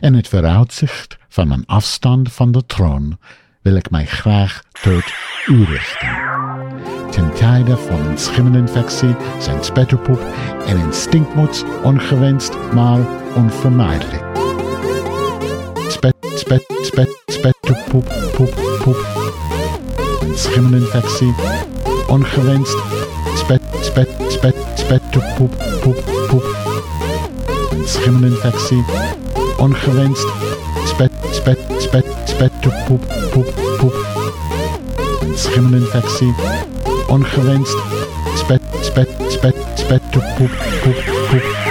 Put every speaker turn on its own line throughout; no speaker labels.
en het vooruitzicht van mijn afstand van de troon wil ik mij graag tot u richten. Ten tijde van een schimmelinfectie zijn spetterpoep en een stinkmots ongewenst, maar onvermijdelijk. Spet, spet, spet, spetterpoep, poep, poep. Een schimmelinfectie, ongewenst, spet, spet, spet, spetterpoep, poep, poep. Een schimmelinfectie, ongewenst, spet, spet, spet, spetterpoep, poep, poep. Een schimmelinfectie, ongewenst, spet, spet, spet, spetterpoep, poep, poep.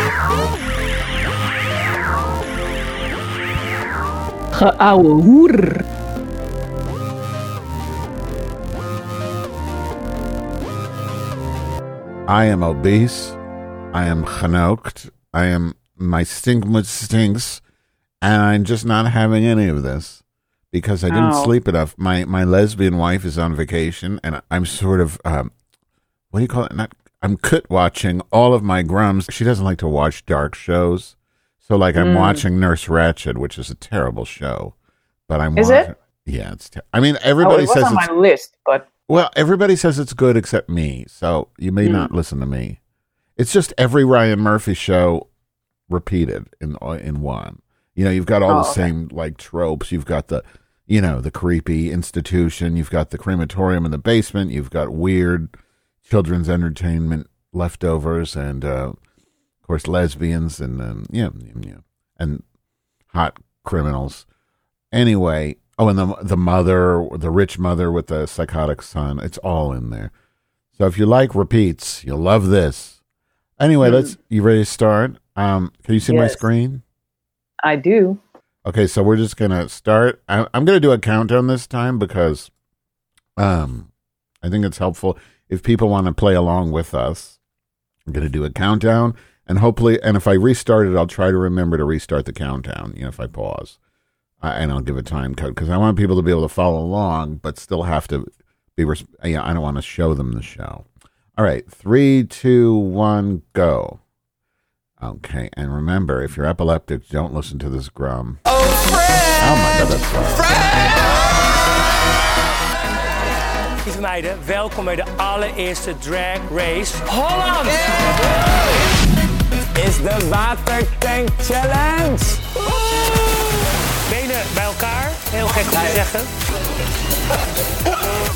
Geouwe hoer.
I am obese. I am genooked. I am my stinkmood stinks, and I'm just not having any of this because I didn't
Ow.
sleep enough. My my lesbian wife is on vacation, and I'm sort of um, what do you call it? Not I'm cut watching all of my grums. She doesn't like to watch dark shows, so like I'm
Mm.
watching Nurse Ratched, which is a terrible show, but I'm
Is
watching.
it?
Yeah, it's. Ter- I mean,
Oh,
everybody
it was
says
on
it's
my list, but
well, everybody says it's good except me, so you may not
Hmm.
listen to me. It's just every Ryan Murphy show repeated in uh, in one. You know, you've got all the
Oh, okay.
same like tropes. You've got the, you know, the creepy institution. You've got the crematorium in the basement. You've got weird children's entertainment leftovers, and uh, of course lesbians and um, yeah, yeah, yeah, and hot criminals anyway oh and the the mother the rich mother with the psychotic son it's all in there so if you like repeats you'll love this anyway let's you ready to start um can you see my
Yes.
screen
I do.
okay so we're just gonna start I, i'm gonna do a countdown this time because um i think it's helpful if people want to play along with us i'm gonna do a countdown and hopefully and if i restart it i'll try to remember to restart the countdown you know if i pause I, and I'll give a time code because I want people to be able to follow along, but still have to be. Res- yeah, I don't want to show them the show. All right, three, two, one, go. Okay, and remember, if you're epileptic, don't listen to this grum. Oh, my god, that's loud.
Lieve meiden, welkom bij de allereerste Drag Race Holland. Is de Watertank Challenge. Benen bij elkaar, heel gek om te zeggen.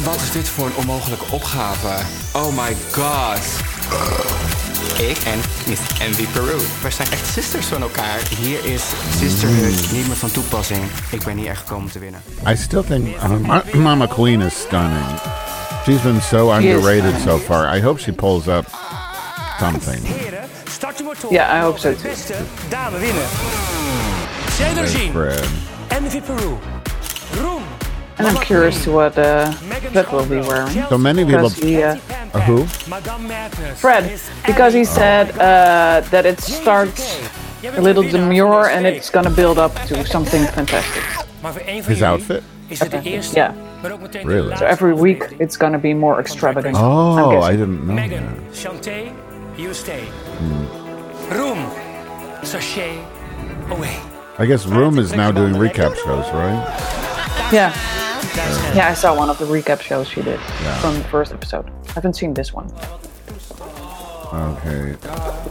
Wat is dit voor een onmogelijke opgave? Oh my god. Ik en Miss MV Peru. Wij zijn echt sisters van elkaar. Hier is sisterhood niet meer van toepassing. Ik ben hier echt gekomen te winnen.
I still think uh, Ma- Mama Queen is stunning. She's been so
She is
underrated so far. I hope she pulls up something.
Heren, start je motor.
Ja, I hope so
De
too.
beste dame winnen. Zeder zien.
Fred.
MV Peru. Roem.
And I'm curious to what uh,
Megan
Fred will be
Scarborough,
wearing.
So many people.
Because he, uh,
Uh, who?
Madame Madness.
Fred,
is
because he
Ellie.
said uh, that it
JJK.
starts
Jij bent
a little
de winnaar van
demure
deze
and
week.
it's gonna build up to something fantastic.
Maar voor één van
His
jullie
outfit?
is het de eerste,
Yeah.
maar ook meteen
Really?
de laatste
So every week
aflevering.
it's gonna be more extravagant. I'm
Oh,
guessing.
I didn't know.
Megan,
that.
Chanté, you stay.
Hmm.
Room, sachet, away.
I guess Room is now doing recap shows, right?
Yeah,
That's it.
yeah, I saw one of the recap shows she did from the first episode. I haven't seen this one.
Okay.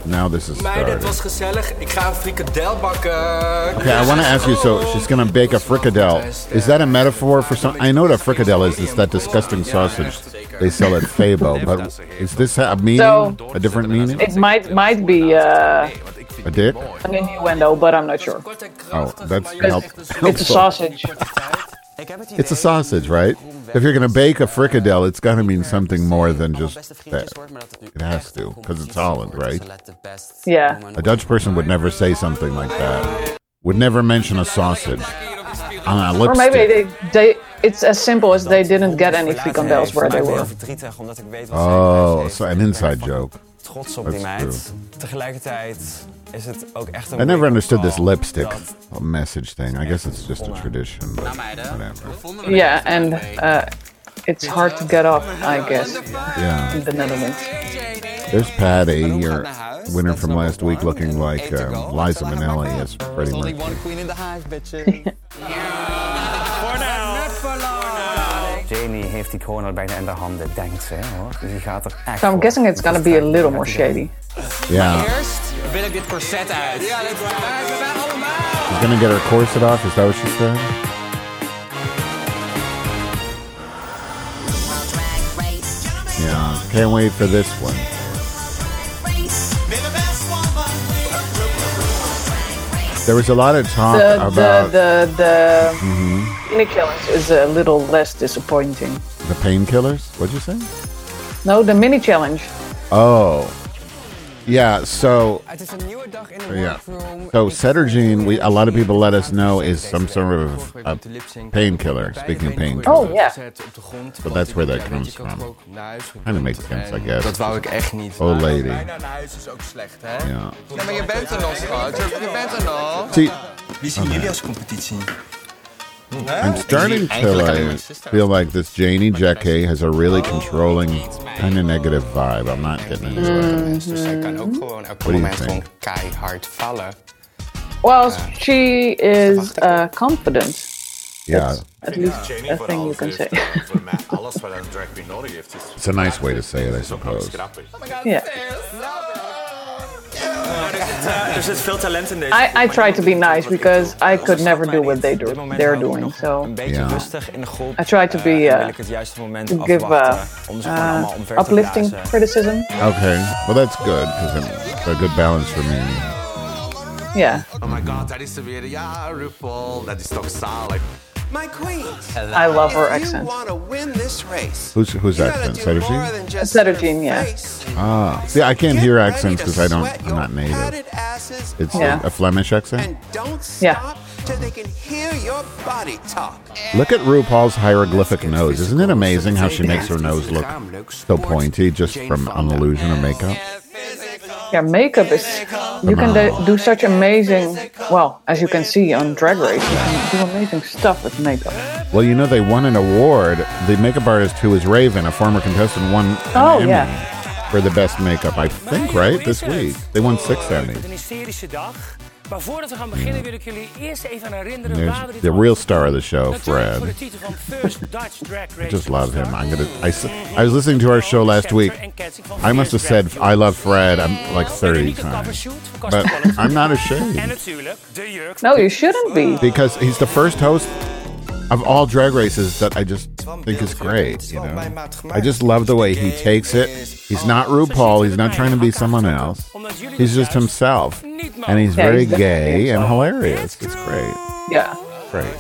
Now this is
Meiden, het
started.
was gezellig. Ik ga een frikadel bakken.
Okay, I want to ask you. So she's gonna bake a fricadelle. Is that a metaphor for some? I know what a fricadelle is. It's that disgusting sausage they sell at Fabo. But is this a meaning?
So-
a different meaning?
It might might be uh,
A dick?
an innuendo, but I'm not sure.
Oh, that's
It's a
helpful.
sausage.
It's a sausage, right? If you're gonna bake a fricadelle, it's gotta mean something more than just that.
It
It has to, 'cause it's Holland, right?
Yeah.
Oh
A Dutch person would never say something like that. Would never mention a sausage on a
Or
lipstick.
maybe they, they it's as simple as they didn't get any frikandels where they
Ik ben
were.
heel verdrietig, omdat ik weet wat zij thuis
Oh,
heeft.
so an inside joke.
Trots op die
That's
meid. Tegelijkertijd is het ook echt een...
I never
wake-up
understood this
call
lipstick
dat-
message thing. I guess it's just a tradition, but whatever.
Yeah, and uh, it's hard to get off, I guess,
Yeah.
in the Netherlands.
There's Patty, your
First,
winner
that's
from
number
last week
one,
looking
and
like
eight
um,
to go.
Liza
So I have my
Minnelli
crown.
is Freddie
There's only one
Mercury.
queen in the hive, bitches.
Voor nou.
Jamie heeft die corner bijna in de handen, denkt ze hoor. Dus die gaat er echt
So I'm
voor.
guessing it's gonna be a little more shady.
Yeah,
Eerst wil ik dit corset uit. Ja, dat hebben wij allemaal.
she's gonna get her corset off. Is that what she said? Yeah, can't wait for this one. There was a lot of talk
The the
about Mm-hmm.
the the Guinea killers is a little less disappointing.
the painkillers. What'd you say?
No, the mini challenge.
Oh, yeah. So
Het is een nieuwe dag in de
Yeah.
workroom.
So
Ik-
Cetergine, we- a lot of people let us know is some sort of
Vorige week met de
a
lip-sync.
painkiller,
Beide
speaking of
benen
painkiller.
worden
Oh, yeah.
gezet op de grond,
But
want
that's
ik-
where
ja,
that
weet je,
comes
ik had
from.
hem ook naar huis
Kinda makes
gebracht
sense, I
en
guess.
Dat wou ik echt niet.
Oh, lady.
Bijna
nou,
naar huis is ook slecht, hè?
yeah.
Ja, maar je bent er nog, schat. Je bent er nog.
See,
Wie zien jullie als competitie?
I'm starting to like feel like this Janie Jacquet has a really controlling, kind of negative vibe. I'm not getting into
Mm.
it.
Dus zij kan ook gewoon elk
you
moment
think?
gewoon keihard vallen.
Well, she is uh, confident.
Yeah,
At least a thing you can say.
Alles wat een drag queen nodig heeft, is
it's a nice way to say it, I suppose.
grappig.
Yeah.
Er zit veel talent in deze.
I, I try to be nice because I could never do what they do.
Op dit moment
They're
hou ik me
doing.
nog Een
So
beetje
Ja.
rustig in de groep.
I try to
eh,
be,
Uh,
en wil
eh,
ik het juiste moment
to give uh,
afwachten. Om ze gewoon eh, allemaal
uh,
omver te
uplifting
blazen.
criticism.
Okay, well that's good because it's a good balance for me.
Yeah,
Oh my god, dat is er weer. Ja, RuPaul, dat is toch zalig.
My queens,
I love her
if you
accent.
want to win this race,
Who's who's
you gotta
accent?
do
Saturday?
more than just
Cetergine,
your
yeah.
face.
Ah, see, I can't
Get
hear
ready
accents
to
because I don't.
sweat
I'm not
your
native.
padded asses
It's
off.
Yeah.
a, a Flemish accent.
And don't
Yeah.
stop till they can hear your body talk.
Look at RuPaul's hieroglyphic nose. Isn't it amazing how she makes her nose look so pointy just from an illusion of makeup?
Yeah, makeup is. You can do, do such amazing. Well, as you can see on Drag Race, you can do amazing stuff with makeup.
Well, you know, they won an award. The makeup artist who is Raven, a former contestant, won an
Oh,
Emmy
yeah.
for the best makeup, I think, right? This week. They won six
Een
Emmys.
hysterische dag. Maar voordat we gaan beginnen wil ik jullie eerst even aan herinneren waar we
There's
dit
the
over
real
hebben.
star of the show,
Natuurlijk voor de
Fred.
titel van First Dutch Drag Race. Mm-hmm.
Just love him. I'm gonna. I, s- I was listening to our show last week. I must have said I love Fred. I'm like 30 times, but I'm not
En
ashamed
natuurlijk de jurk.
No, you shouldn't be.
because he's the first host of all drag races that I just think is great. You know, I just love the way he takes it. He's not RuPaul. He's not trying to be someone else. He's just himself,
Yeah,
and he's very
he's definitely
gay and
himself.
hilarious. It's great.
Yeah.
Great.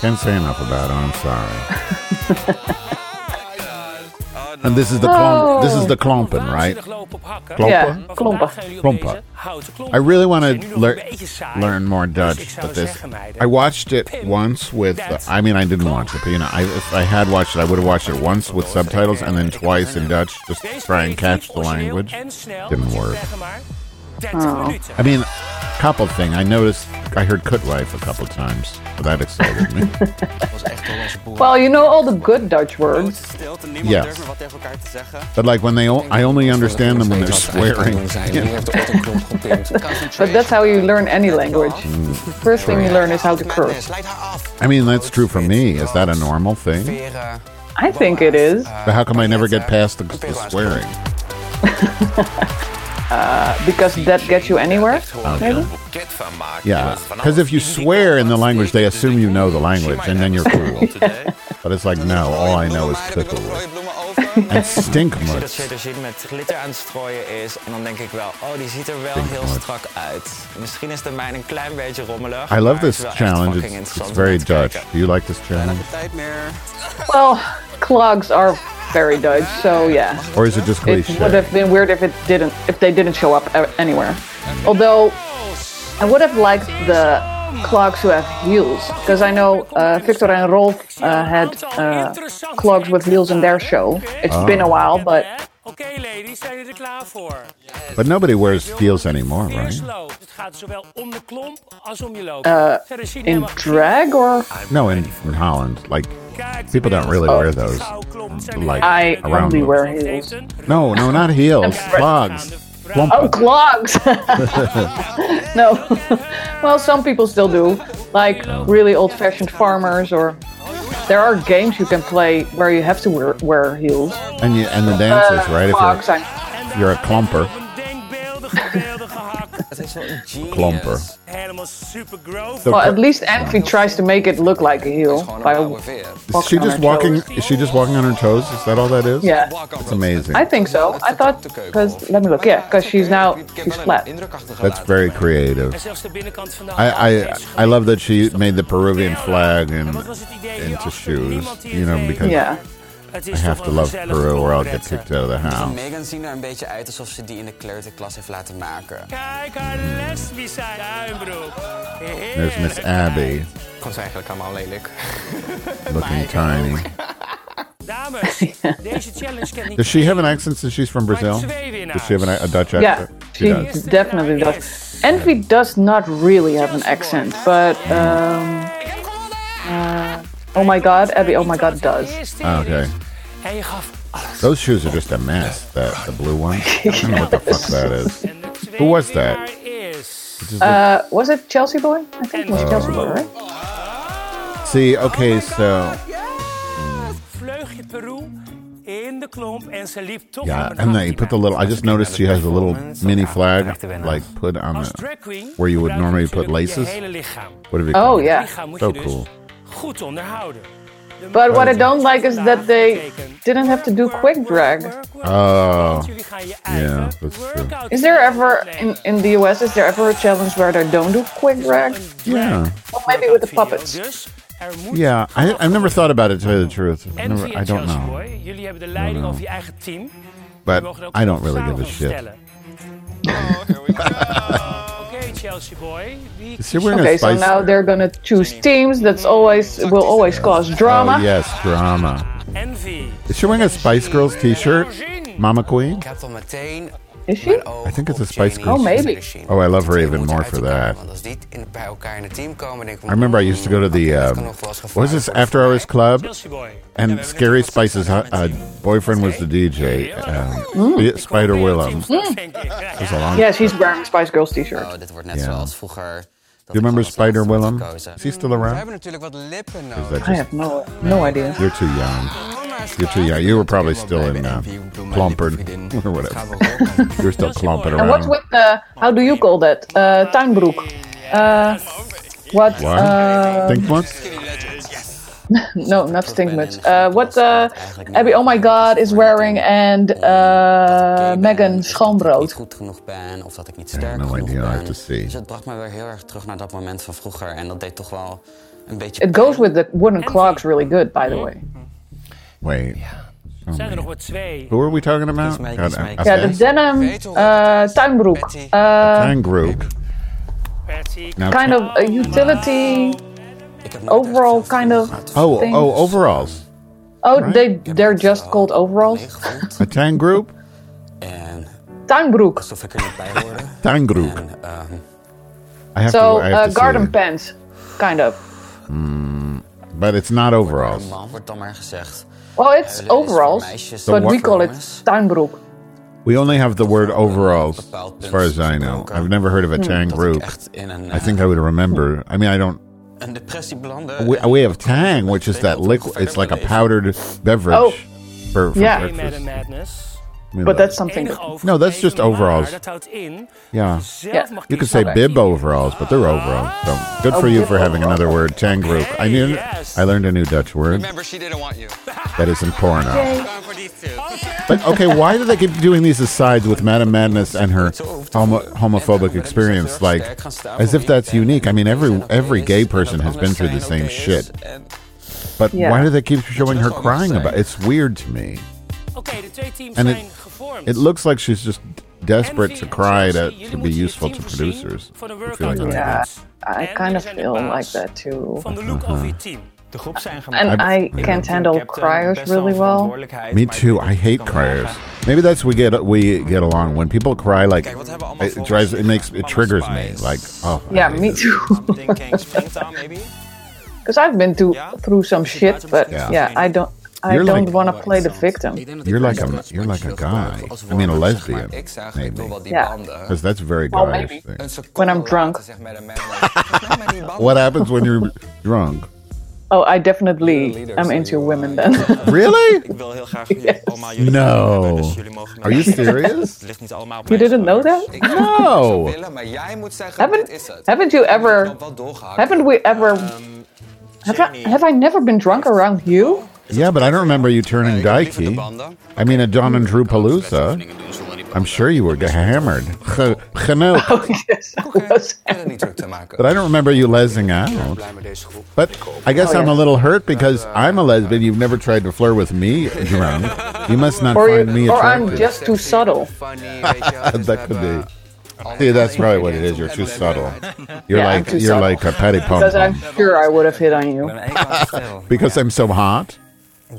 Can't say enough about him. I'm sorry. and this is the clump, this is the klompen, right?
Waanzinnig lopen op hakken.
Klompen?
Ja,
Maar vandaag
klompen.
gaan jullie op
Klompen.
deze houten klompen.
I really want
Zijn nu
to
nog
lear-
een beetje saai,
learn more
dus ik
Dutch,
zou
but this.
zeggen, meiden,
I watched it
pin
once with.
that
I mean, I didn't watch it, but you know, I, if I had watched it, I would have watched it once with subtitles and then twice in Dutch, just to
Deze
try and
creatief,
catch the
origineel
language.
en snel,
Didn't
dus ik
work.
zeg maar 30 minuten.
I mean, couple thing. I noticed I heard "Kutwife" a couple times, but that excited me.
was echt Hollandse boer.
Well, you know all the good Dutch words.
Grote stilte, niemand
Yes.
durft meer wat tegen elkaar te zeggen.
But like when they, o- I only understand them when they're swearing.
Wie heeft er ooit een knop getikt?
But that's how you learn any language. First thing you learn is how to curse.
Leid haar af.
I mean, that's true for me. Is that a normal thing?
Veren.
I think it is
But how come I never get past the, the swearing?
because that gets you anywhere. Maybe.
boeket van maken.
Yeah, because if you swear in the language, they assume you know the language, and then you're cool. But it's like, no, all I know is kutwife and
Dat
stinkmuts.
Cetergine met glitter aan het strooien is. En dan denk ik wel, oh, die ziet er wel
Denk
heel
nooit.
strak uit. Misschien is de mijne een klein beetje rommelig.
I love
maar het is
this
wel echt
challenge.
fucking
It's,
interessant
it's
om
very
naar te
Dutch.
kijken.
Do you like this challenge,
Tijd meer.
Well, clogs are very Dutch, so yeah.
or is it just
It would
cliche?
have been weird if it didn't, if they didn't show up e- anywhere. Although, I would have liked the clogs who have heels, because I know uh, Victor and Rolf uh, had uh, clogs with heels in their show. It's been a
Ah.
while, but
Oké ladies, zijn jullie er klaar voor?
But nobody wears heels anymore,
Fierce
right?
loop. Het gaat zowel om de klomp als om je loop. Verder zien
Uh, in
helemaal-
drag or
No, in, in Holland, like
Kijk,
people don't really
Oh.
wear those. um,
Schouwklomp zijn
Like
jullie-
I
around.
only
them.
wear heels.
No, no, not heels, clogs.
Aangaande
Oh,
Wampa.
clogs! no. well, some people still do. Like really old fashioned farmers, or there are games you can play where you have to wear, wear heels.
And you and the dancers, right? If
Clogs,
you're,
I-
you're a klomper.
Het is wel een genius.
Klomper.
Helemaal super groot.
The-
well, at least Anfi tries to make it look like a heel. By,
is she
on
just
her
walking?
toes.
Is she just walking on her toes? Is that all that is?
yeah.
It's amazing.
I think so. I thought, because let me look, yeah, because she's now, she's flat.
That's very creative.
Zelfs de binnenkant van de
I, I
hand is
I love that she
geweest.
made the Peruvian flag and
En wat was het idee
into
hierachter?
shoes.
Niemand die
You know,
het weet.
because
Yeah.
Het
I
is
have
toch
to
een
love
gezellige
Peru or I'll get
rollenwedstrijd.
kicked out of the house.
Megan ziet er een beetje uit alsof ze die in de kleuterklas heeft laten maken.
Kijk haar lesbisch zijn duimbroek.
Mm. There's Miss Abby
Komt ze eigenlijk allemaal lelijk.
looking tiny.
Dames, deze challenge kent niet...
Does she have an accent since she's from Brazil? Does she have an, a Dutch
Yeah,
accent?
she definitely does. Envy does not really have an accent, but um, uh, oh my god, Abby, oh my god, does.
Okay.
En je gaf alles.
Those shoes are just a mess. That the blue one. I don't know what the fuck that is.
En de tweede
Who was that?
winnaar Is...
Uh, was it Chelsea Boy? I think it was
Uh,
Chelsea Boy, right?
Ah.
See, okay, so
Vleugje Peru in de klomp en ze liep toch
yeah,
aan mijn
and
hand
they
niet
put the
bij.
little. I just noticed she has a little mini flag, like put on
Als
the.
drag queen
where you would
gebruik je
normally put
natuurlijk
laces.
Je hele lichaam.
What do
Oh,
we call it?
yeah.
Het lichaam moet
So
je dus
cool.
goed onderhouden. De
But what I
mensen
don't like is that they
betekent
didn't have to do
work,
quick
work,
drag.
work, work.
Oh.
Want jullie gaan je eigen
that's true.
workout
Is there ever in, in the US? Is there ever a challenge where they don't do quick drag?
Een drag
Yeah,
Or maybe with the
video.
puppets?
Dus er moet
yeah. I, I've never thought about it. To tell you the truth, I've
en
never,
via
I don't
Chelsea
know,
Boy. Jullie hebben de leiding over je eigen team. Jullie mogen er
but
ook
I don't really
samen
give a
gaan
shit. Oh,
vertellen. Oké, Chelsea Boy. Wie
Is she wearing
Okay,
a
so
spice?
now they're gonna choose teams. That's always will always cause drama.
Oh, yes, drama.
Envy.
Is she wearing a Spice Girls T-shirt? Mama Queen.
Ik heb al meteen
Is she?
oh,
I
think it's a Spice Girls.
Oh, maybe.
Oh, I love her even more for that.
Want als die in- bij elkaar in het team komen, denk ik...
I remember I used to go to the
"Hmm, dat
um,
kan nog wel eens
what
gevaarlijk
was this
worden
After
voor
Hours Club,
Chelsea Boy.
and Scary Spice's hu- uh, boyfriend was the DJ. Um, yeah, Spider Willem. Do
Mm. Hmm. Yeah, she's wearing a Spice Girls t-shirt.
mij. Oh, dit wordt net
Ja.
zoals vroeger. Do
you remember Spider Willem? Is he still
We
around?
hebben uh, natuurlijk wat lippen oh.
Is
nodig.
that
I
just
have no no idea.
Uh, you're too young? You're too young. You were probably still in uh, Klomper or whatever. You're still Klompert
And what's
around.
with the how do you call that? Uh, tuinbroek. Uh, what?
What?
Uh,
Think once?
no, not stink much. Uh, what? Uh, Abby, oh my God, is wearing and uh, Megan
niet
Schoonbrood.
goed genoeg ben of dat ik niet
I have
sterk
no
genoeg
idea. I have
ben.
to see.
Dus het bracht me weer heel erg terug naar dat moment van vroeger. En dat deed toch wel een beetje...
It goes with the wooden clogs really good, by the way.
Wait.
Zijn er nog maar twee.
Who are we talking about?
Kiss me,
God,
kiss me.
I-
Yeah, the
I-
denim uh, tuinbroek. Uh,
Tang Groot.
Patsy,
Now-
kind of a utility.
Ik heb nooit echt
overall
veel
kind of
Oh,
thing.
oh, overalls.
Oh, they they're just called overalls.
meegevoeld.
A Tang Group?
En
Tuinbroek.
alsof ik er niet bij hoorde.
Tang Group.
En, ehm,
I have
So
to, I have
uh,
to see
garden
it.
pants, kind of.
But it's not
een
overalls.
man wordt dan maar gezegd.
Well, it's overalls,
The
but
what-
we call it tuinbroek.
We only have the word overalls, as far as I know. I've never heard
Hmm.
of a Tang
Dat ik
Group.
echt in een,
I
eh,
think I would remember. I mean, I don't.
een depressie belandde.
We,
En
we have Tang, which is that liquid. It's like a powdered beverage
Oh.
for, for
Yeah.
Hey, Madam
breakfast.
Madness.
I mean,
But that's
like-
something.
Enige
No, that's just
overweging,
overalls.
maar Dat houdt in.
yeah.
Zelf
Yeah.
mag
You could
kiezen
say
wat
bib
je-
overalls, but they're overalls. So good
Oh,
for you for having another word, Tang Group. I knew.
yes.
I learned a new Dutch word that isn't porno. But okay, why do they keep doing these asides with Madame Madness and her homo- homophobic experience? Like, as if that's unique. I mean, every every gay person has been through the same shit. But
Yeah.
why do they keep showing her crying about? It's weird to me.
Oké, de twee teams
And it-
zijn gevormd.
It looks like she's just desperate to
Envy en
cry to,
Chelsea, jullie
to be
moeten je
useful
team
to
voorzien
producers.
van een
I feel
workout
like
dat
that.
je
Yeah,
doet.
I
En
kind
jullie
of
zijn de
feel
baas
like that too.
Van de look of
Uh-huh.
je team.
De groep zijn
And I can't handle
eh,
eh,
criers really well.
Me
Me too. I hate criers. Maybe that's we get we get along when people cry. Like
Kijk, wat hebben we allemaal
it
voor
drives
ons?
it makes it
Mama
triggers me.
Spice.
Like oh I
Yeah,
hate
me
this.
too.
Thinking Springtime, maybe?
Because I've been to,
Yeah?
through some shit, but
Yeah.
yeah, I don't. I
You're
don't
like-
want to play the victim.
Ik denk dat ik
You're
wel
like
iets
a-
had,
you're
maar
like
ik
a
wil het
guy.
gewoon als
I mean, a
woord, zeg maar.
lesbian,
Ik zag, ik
maybe.
wil wel die
Yeah.
banden.
Because that's a very
Well,
guy
maybe.
Een
thing.
seconde
I'm drunk.
later zegt madame Madeleine, "Geef mij maar die banden."
What happens when you're drunk?
Oh, I definitely am into women then.
Really?
Ik wil heel graag jullie allemaal jullie
No.
hebben, dus jullie mogen me-
Are you serious?
Het ligt niet allemaal op
you
mij.
didn't know that?
Ik zou
No.
willen, maar jij moet zeggen, dit is
Haven't
het.
Haven't you ever?
Wel doorgehakt.
Haven't we ever?
Um,
Have I, have I never been drunk around you?
Yeah, but I don't remember you turning
Liever de
dykey.
banden.
I mean, at Don and Drew Palooza,
Oefeningen doen zonder die banden.
I'm sure you were ge- hammered. Ge- Genoeg.
Oh yes, I was.
Ik wil er niet druk te maken.
But I don't remember you lesing out.
Blij met deze groep.
But I guess
Oh,
I'm
yeah.
a little hurt because I'm a lesbian. You've never tried to flirt with me drunk. You must not
Or,
find me
you, or I'm
attractive.
just too subtle.
Funny, weet je wel, dus we
that could
hebben
be.
allemaal
See, that's probably
ingrediënten
what it is. You're
en
too
we
subtle.
hebben-
You're
Yeah, I'm
like
too
you're
subtle.
like a petty pom
Because I'm
pom.
sure I would have hit on you.
Ik ben echt stil.
Because I'm so hot.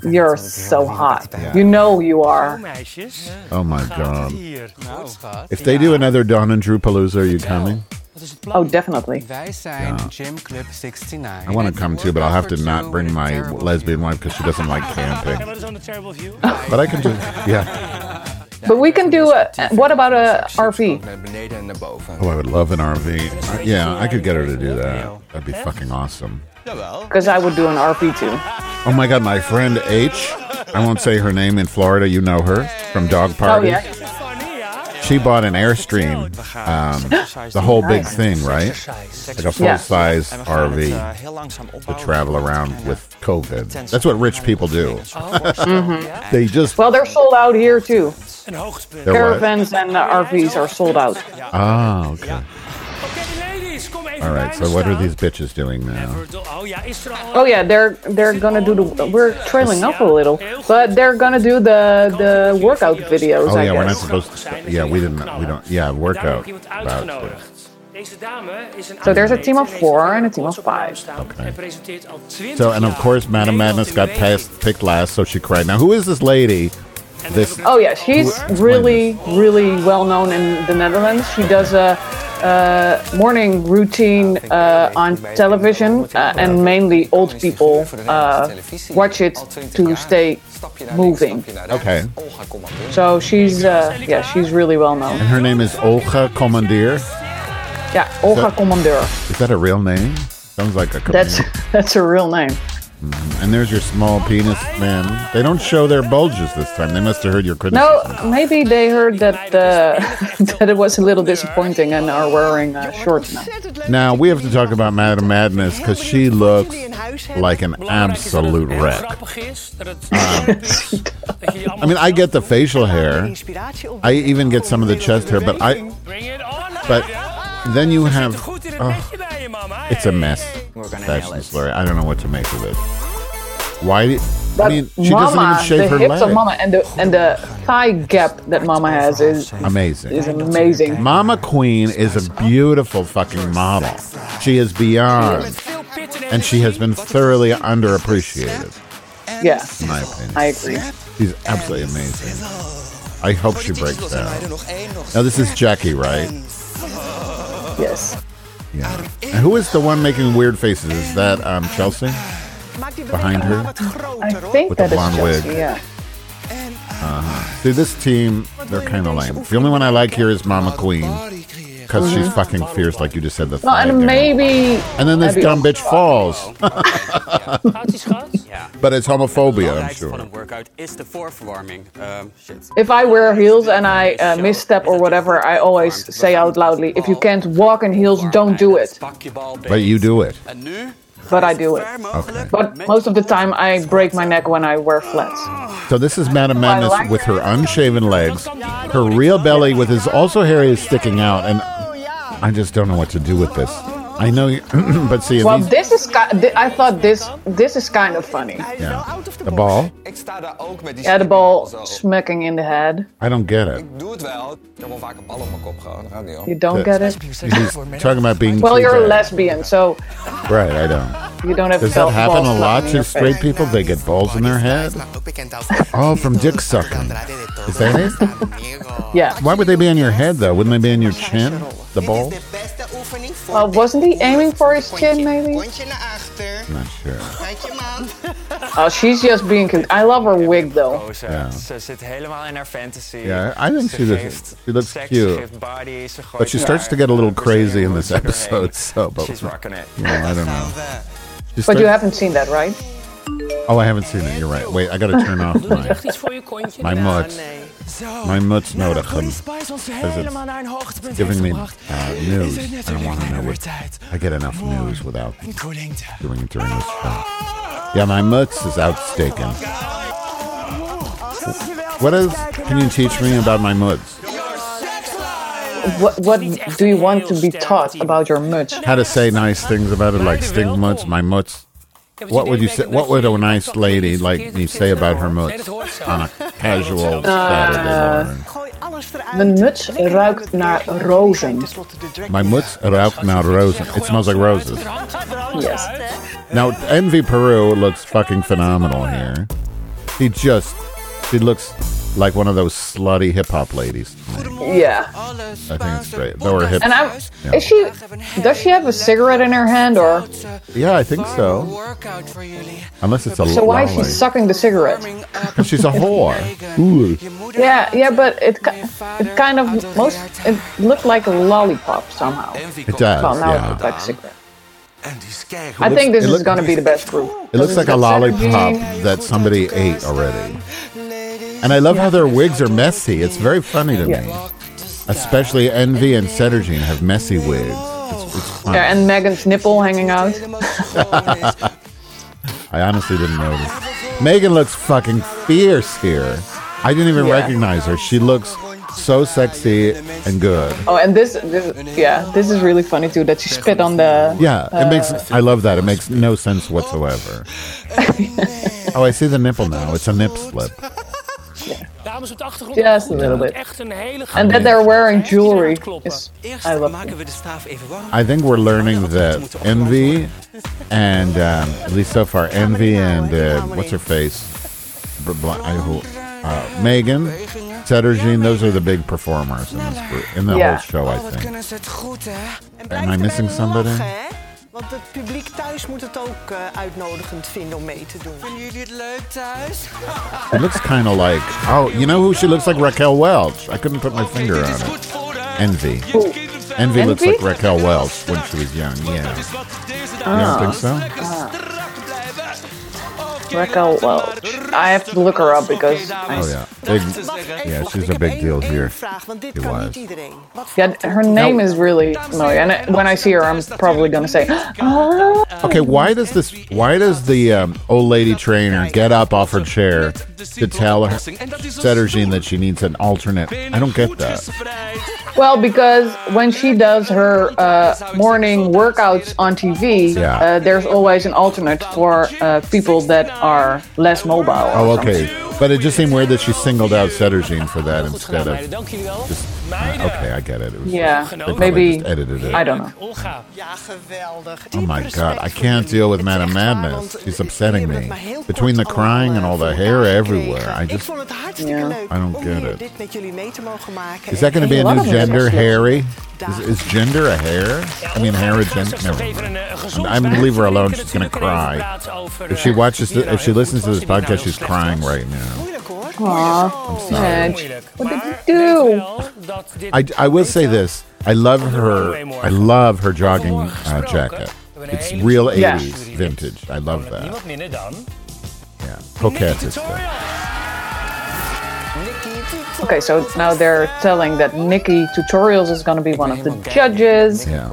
You're so hot. You know you are.
Meisjes,
Oh my
gaat het
god.
hier?
If they do another Don and Drew Palooza, are you coming?
Wat is het
Oh,
plan?
definitely.
Wij zijn Gym Club 69.
I want to come too, but I'll have to not bring my lesbian wife because she doesn't like camping.
En wat is on the terrible view?
But I can just yeah.
But we can do a. What about a RV?
Naar beneden en naar boven.
Oh, I would love an RV. Uh, Yeah, I could get her to do that. That'd be fucking awesome.
Because I would do an RV too.
Oh my god, my friend H. I won't say her name in Florida. You know her from dog
Oh
parties.
yeah.
Funny, ja?
She bought an Airstream, um, the whole big
Nice.
thing, right? Like
Yeah.
a full size
En we gaan het,
RV.
eh, heel
uh,
langzaam
to
opbouwen.
travel around with COVID. That's what rich people do. They just
Well, they're sold out here too.
Een hoogtepunt.
They're what?
Caravans and uh, RVs are sold out.
Oh, okay.
Oké, ladies, kom even
All
bij
right.
me
So what are
staan.
these bitches doing now?
Verdol- Oh ja, is er al...
Oh yeah, they're they're gonna do the. We're trailing up a little, but they're gonna do the the workout videos.
Oh
I
yeah, we're not
guess.
supposed to. Yeah, we didn't. We don't. Yeah,
Daar heb ik
workout.
iemand
About it.
uitgenodigd. Deze dame is een
So there's a team of
atleet en
four
heeft
and a team of
trots op haar
five.
staan En presenteert al 20
So and of
jaar
course, Madam
Nederland
Madness
in
got
beweging.
past, picked last, so she cried. Now who is this lady?
En dan
this-
heb ik het
Oh yeah, she's
over-
really really well known in the Netherlands. She does a. Uh, morning routine uh, on television, uh, and mainly old people uh, watch it to stay moving.
Okay.
So she's uh, yeah, she's really well known.
And her name is Olga Commandeer.
Yeah, Olga Commandeur.
Is that a real name? Sounds like a.
That's
commander.
that's her real name.
And there's your small penis man. They don't show their bulges this time. They must have heard your
No,
criticism.
maybe they heard that uh, that it was a little disappointing and are wearing uh,
Oh.
shorts now.
Now we have to talk about Madam Madness because she looks like an
Belangrijk is dat het
absolute
heel
wreck.
grappig is, dat het scherp is, dat je je
I
allemaal
mean, I get the facial hair.
Inspiratie op.
I even get some of the chest hair, but I,
Bring it on,
but
Laura.
then you
Zit er
have
goed in het
oh,
netje bij je, mama.
it's a mess. Fashion slurry. I don't know what to make of it. Why? do- I mean, she doesn't even
Mama, the
shave her
hips of
leg.
Mama and the and the thigh gap that Mama has is is
Amazing.
amazing.
Mama Queen is a beautiful fucking model. She is beyond,
Veel pit en
and she has been thoroughly underappreciated,
Yeah,
in my opinion.
I agree.
She's absolutely amazing. I hope she breaks
Politiekjes
down.
er nog één, nog
Now this is Jackie, right?
Yes,
Yeah. And who is the one making weird faces? Is that um, Chelsea
Maak die
behind
beweging
her?
wat groter.
I think
With the
that is
blonde
Chelsea.
wig.
Yeah,
Dude, this team, they're kind of lame. The only one I like here is Mama Queen because she's fucking fierce, like you just said. The
no,
thigh
and
down.
maybe
And then this
Abby.
dumb bitch falls,
Gaat die schat?
but it's homophobia, I'm
belangrijkste van
sure.
een workout is de voorverwarming. Ehm, shit.
If I wear heels and I uh, misstep or whatever, I always say out loudly, if you can't walk in heels, don't do it.
Pak je bal beet.
But you do it.
En nu?
But I do it.
Ver mogelijk
But
met-
most of the time, I break my neck when I wear flats.
So this is Madam Madness with her unshaven legs, her real belly with his also hair is sticking out, and I just don't know what to do with this. I know, you, but see, in
Well,
these,
this is ki- thi- I thought this this is kind of funny.
yeah, the ball.
Ik sta daar ook met die
Yeah, the ball
Zo.
smacking in the head.
I don't get it.
Ik doe het wel. Ik heb al vaak een bal op mijn kop gehad. Dat gaat niet om.
You don't get it.
He's talking about being.
Well,
too
you're a
bad.
lesbian, so
Right, I don't.
You don't have
Does
belt
that happen
balls
a lot
slapping in
to
your
straight
face.
people? They get balls in their head? Oh, from dick sucking. Is that it?
Yeah.
Why would they be on your head, though? Wouldn't they be on your chin? The balls?
Well, Uh, wasn't he aiming for his chin, maybe?
Not sure.
Oh, she's just being cute. I love her wig, though.
Oh, Ze,
Ja.
ze zit helemaal in haar fantasy.
Yeah, I think
Ze
she looks-
geeft
she looks
seks,
cute.
Ze geeft body, ze gooit
But she starts
haar,
to get a little
eh, brazilian
crazy in
roots
this
doorheen.
episode, so, but-
She's rocking it.
No, I don't know. She
But
start-
you haven't seen that, right?
oh, I haven't seen it. You're right. Wait, I got to turn off my,
Echt iets voor je kontje.
my muts.
Zo.
My muts
Nou,
nodig.
Connie
I'm
Spice ons
het
helemaal naar een hoogtepunt heeft
giving me
gebracht.
uh,
Is het
news. I
natuurlijk
don't want to know
bijna weer
what.
tijd.
I get enough news without
Koeling.
doing it during this show. Yeah, my muts is outstaken. What is? Can you teach me about my muts?
What, what do you want to be taught about your much?
How to say nice things about it, like stink muts, my muts. What would you say? What would a nice lady like me say about her muts on a casual Saturday morning?
Mijn muts ruikt naar rozen.
My muts ruikt naar rozen. It smells like roses.
Yes.
Now, Envy Peru looks fucking phenomenal here. He just, she looks like one of those slutty hip hop ladies. to me.
Yeah.
I think it's great. Though her hips.
And I'm.
Yeah.
Is she? Does she have a cigarette in her hand, or
Yeah, I think so. Unless it's a
so? Why is she
lolly.
sucking the cigarette?
Because she's a whore. Ooh.
Yeah, yeah, but it ki- it kind of most it looked like a lollipop somehow.
It does.
Well, now it
Yeah.
looks like a cigarette. I think this is
it looks-
going to be the best group.
It looks like a lollipop that somebody ate already. And I love how their wigs are messy. It's very funny to me. Especially Envy and Cetogene have messy wigs. It's, it's funny.
Yeah, and Megan's nipple hanging out.
Oh, I honestly didn't notice. Megan looks fucking fierce here. I didn't even
Yeah.
recognize her. She looks so sexy and good.
Oh, and this, this, yeah, this is really funny too. That she spit on the.
Yeah, it makes. I love that. It makes no sense whatsoever. oh, I see the nipple now. It's a nip slip.
Dames op de achtergrond.
Just a little bit.
Echt een hele
And that they're wearing jewelry is.
Eerst
I love.
maken we de staaf even warm.
I think we're learning that envy, and um, at least so far, envy and uh, what's her face, Bl- Bl- I- who- uh, Megan, Cettergene. Those are the big performers in this group, in the
Yeah.
whole show. I think.
Kunnen ze het goed, hè?
Am I missing somebody?
Want het publiek thuis moet het ook eh, uitnodigend vinden om mee te doen.
Vinden jullie het leuk thuis?
It looks kind of like oh, you know who she looks like Raquel Welch. I couldn't put my finger on it. Envy. Envy, looks like
Envy?
Raquel Welch when she was young. Yeah. You don't
Oh.
think so?
Raquel Welch. oh, I have to look her up because.
Oh
I,
yeah. Big,
Wacht even,
yeah,
wacht,
she's
ik
a
heb
big
één-
deal
één
here.
vraag, want dit
She
kan
was.
niet iedereen. Wat
yeah, her name is really familiar, and I- when I see her, I'm probably gonna say, "Ah."
Okay, why does this? Why does the um, old lady trainer get up off her chair to tell her Cettergene that she needs an alternate? I don't get that.
Well, because when she does her uh, morning workouts on TV,
Yeah.
uh, there's always an alternate for uh, people that are less mobile.
Oh, okay. But it just seemed weird that she singled out Cettergene for that
Goed gedaan,
instead
meiden.
of.
Dank jullie wel.
Just,
Meiden.
okay, I get it. It was
Yeah,
just- they probably
maybe-
just edited it.
I don't know.
Olga.
Ja, geweldig.
Oh my god, I can't deal with Madame Madness. She's upsetting me. Between the crying and all the hair everywhere, I
Ik
just.
vond het hartstikke
Ja.
leuk
I don't
om
get
hier
it.
dit met jullie mee te mogen maken.
Is that going to be a
lot
new
of them are
gender,
sexy.
Harry? Is, is gender a hair? I mean, hair a gender. Never mind.
eh,
I'm gonna leave her alone. She's gonna cry. If
eh,
she watches, the, if she listens to this podcast, she's crying right now.
Moeilijk hoor.
Madge, what did you do?
I, I will say this: I love her. I love her jogging uh, jacket. It's real
Yeah.
'80s vintage. I love that.
Niemand minder dan.
Yeah, coquette is the-
Okay, so now they're telling that Nikki Tutorials is going to be one of the judges,
Yeah.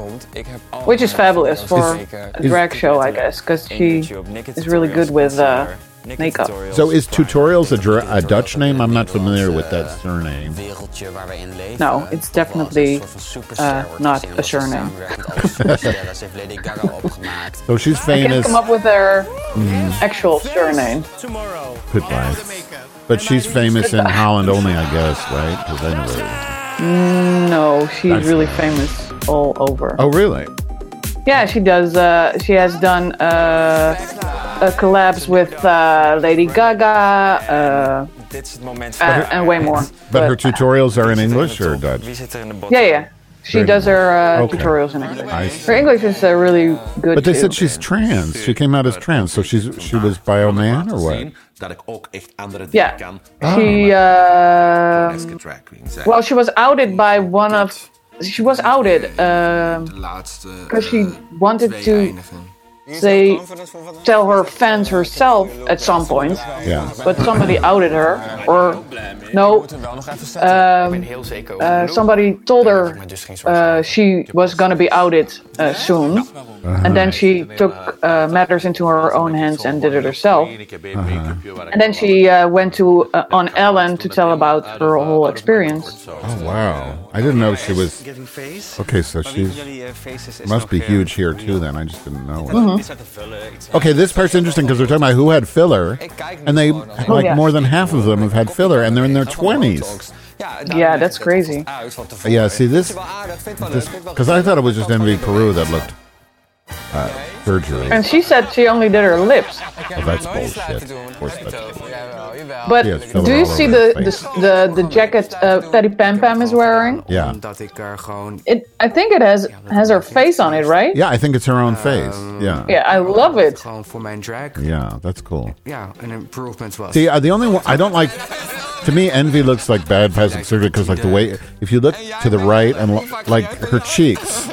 Oh,
which is fabulous for a drag show, I guess, because she is really good with uh, makeup.
So is tutorials a, dra- a Dutch name? I'm not familiar with that surname.
Wereldje waar we in leven. Eh,
No, it's definitely, uh, not a surname.
heeft Lady Gaga opgemaakt.
So she's
I can't
famous.
come up with her actual surname.
Tomorrow.
Goodbye. But she's famous in Holland only, I guess, right? 'Cause I never-
No, she's
That's Oh.
really
nice.
famous all over.
Oh, really?
Yeah, she does. Uh, she has done uh, uh, collabs with uh, Lady Gaga uh,
Dit is het moment van...
and, and way more.
But her tutorials are in
Wie zit er
English
de
or
top?
Dutch?
Wie zit er in de bot?
yeah, yeah. She
Very
does her uh,
Okay.
tutorials in English.
I see.
Her English is uh, really good.
But they
too.
said she's trans. She came out as trans, so she's she was bio man or what?
Dat ik ook echt andere dingen
Yeah.
kan.
She. Uh,
Eske drag queen zijn.
well, she was outed by one of. She was outed
Eh,
ehm,
de laatste.
because she
eh,
wanted
twee
to
eindigen.
say, tell her fans herself at some point,
Yeah.
but somebody outed her, or no,
Wel nog even zetten. ik ben
um,
heel zeker over
uh,
Lou.
somebody told her
Maar dus geen zorgen.
uh, she was gonna be outed uh, soon, and then she took uh, matters into her own hands and did it herself.
Uh-huh.
And then she uh, went to uh, on Ellen to tell about her whole experience.
Oh wow! I didn't know she was.
Giving face.
Okay, so she's
eh,
faces
must be huge here too. Then I just didn't
Uh-huh.
know.
Is dat te vullen? Iets-
Okay, this part's interesting because they're talking about who had filler, and they like
Oh, yeah.
more than half of them have had filler, and they're in their twenties.
Ja,
Yeah, that's crazy.
Yeah, see this
ah,
because I thought it was just Envy Peru that looked uh, surgery.
And she said she only did her lips.
Oh, that's bullshit. Of course that's bullshit.
But
Yes, fill
do
it
you
all
see
over
the
his
the,
Oh,
the the jacket uh, Patty Pam Pam is wearing?
Yeah,
Omdat ik er gewoon...
It I think it has has her face on it, right?
yeah. I think it's her own face. Yeah,
Yeah, I love it.
Gewoon voor mijn drag.
yeah. That's cool.
Ja, een improvement was.
See, uh, the only one I don't like. To me, envy looks like bad plastic surgery because, like, the way if you look to the right and lo- like her cheeks,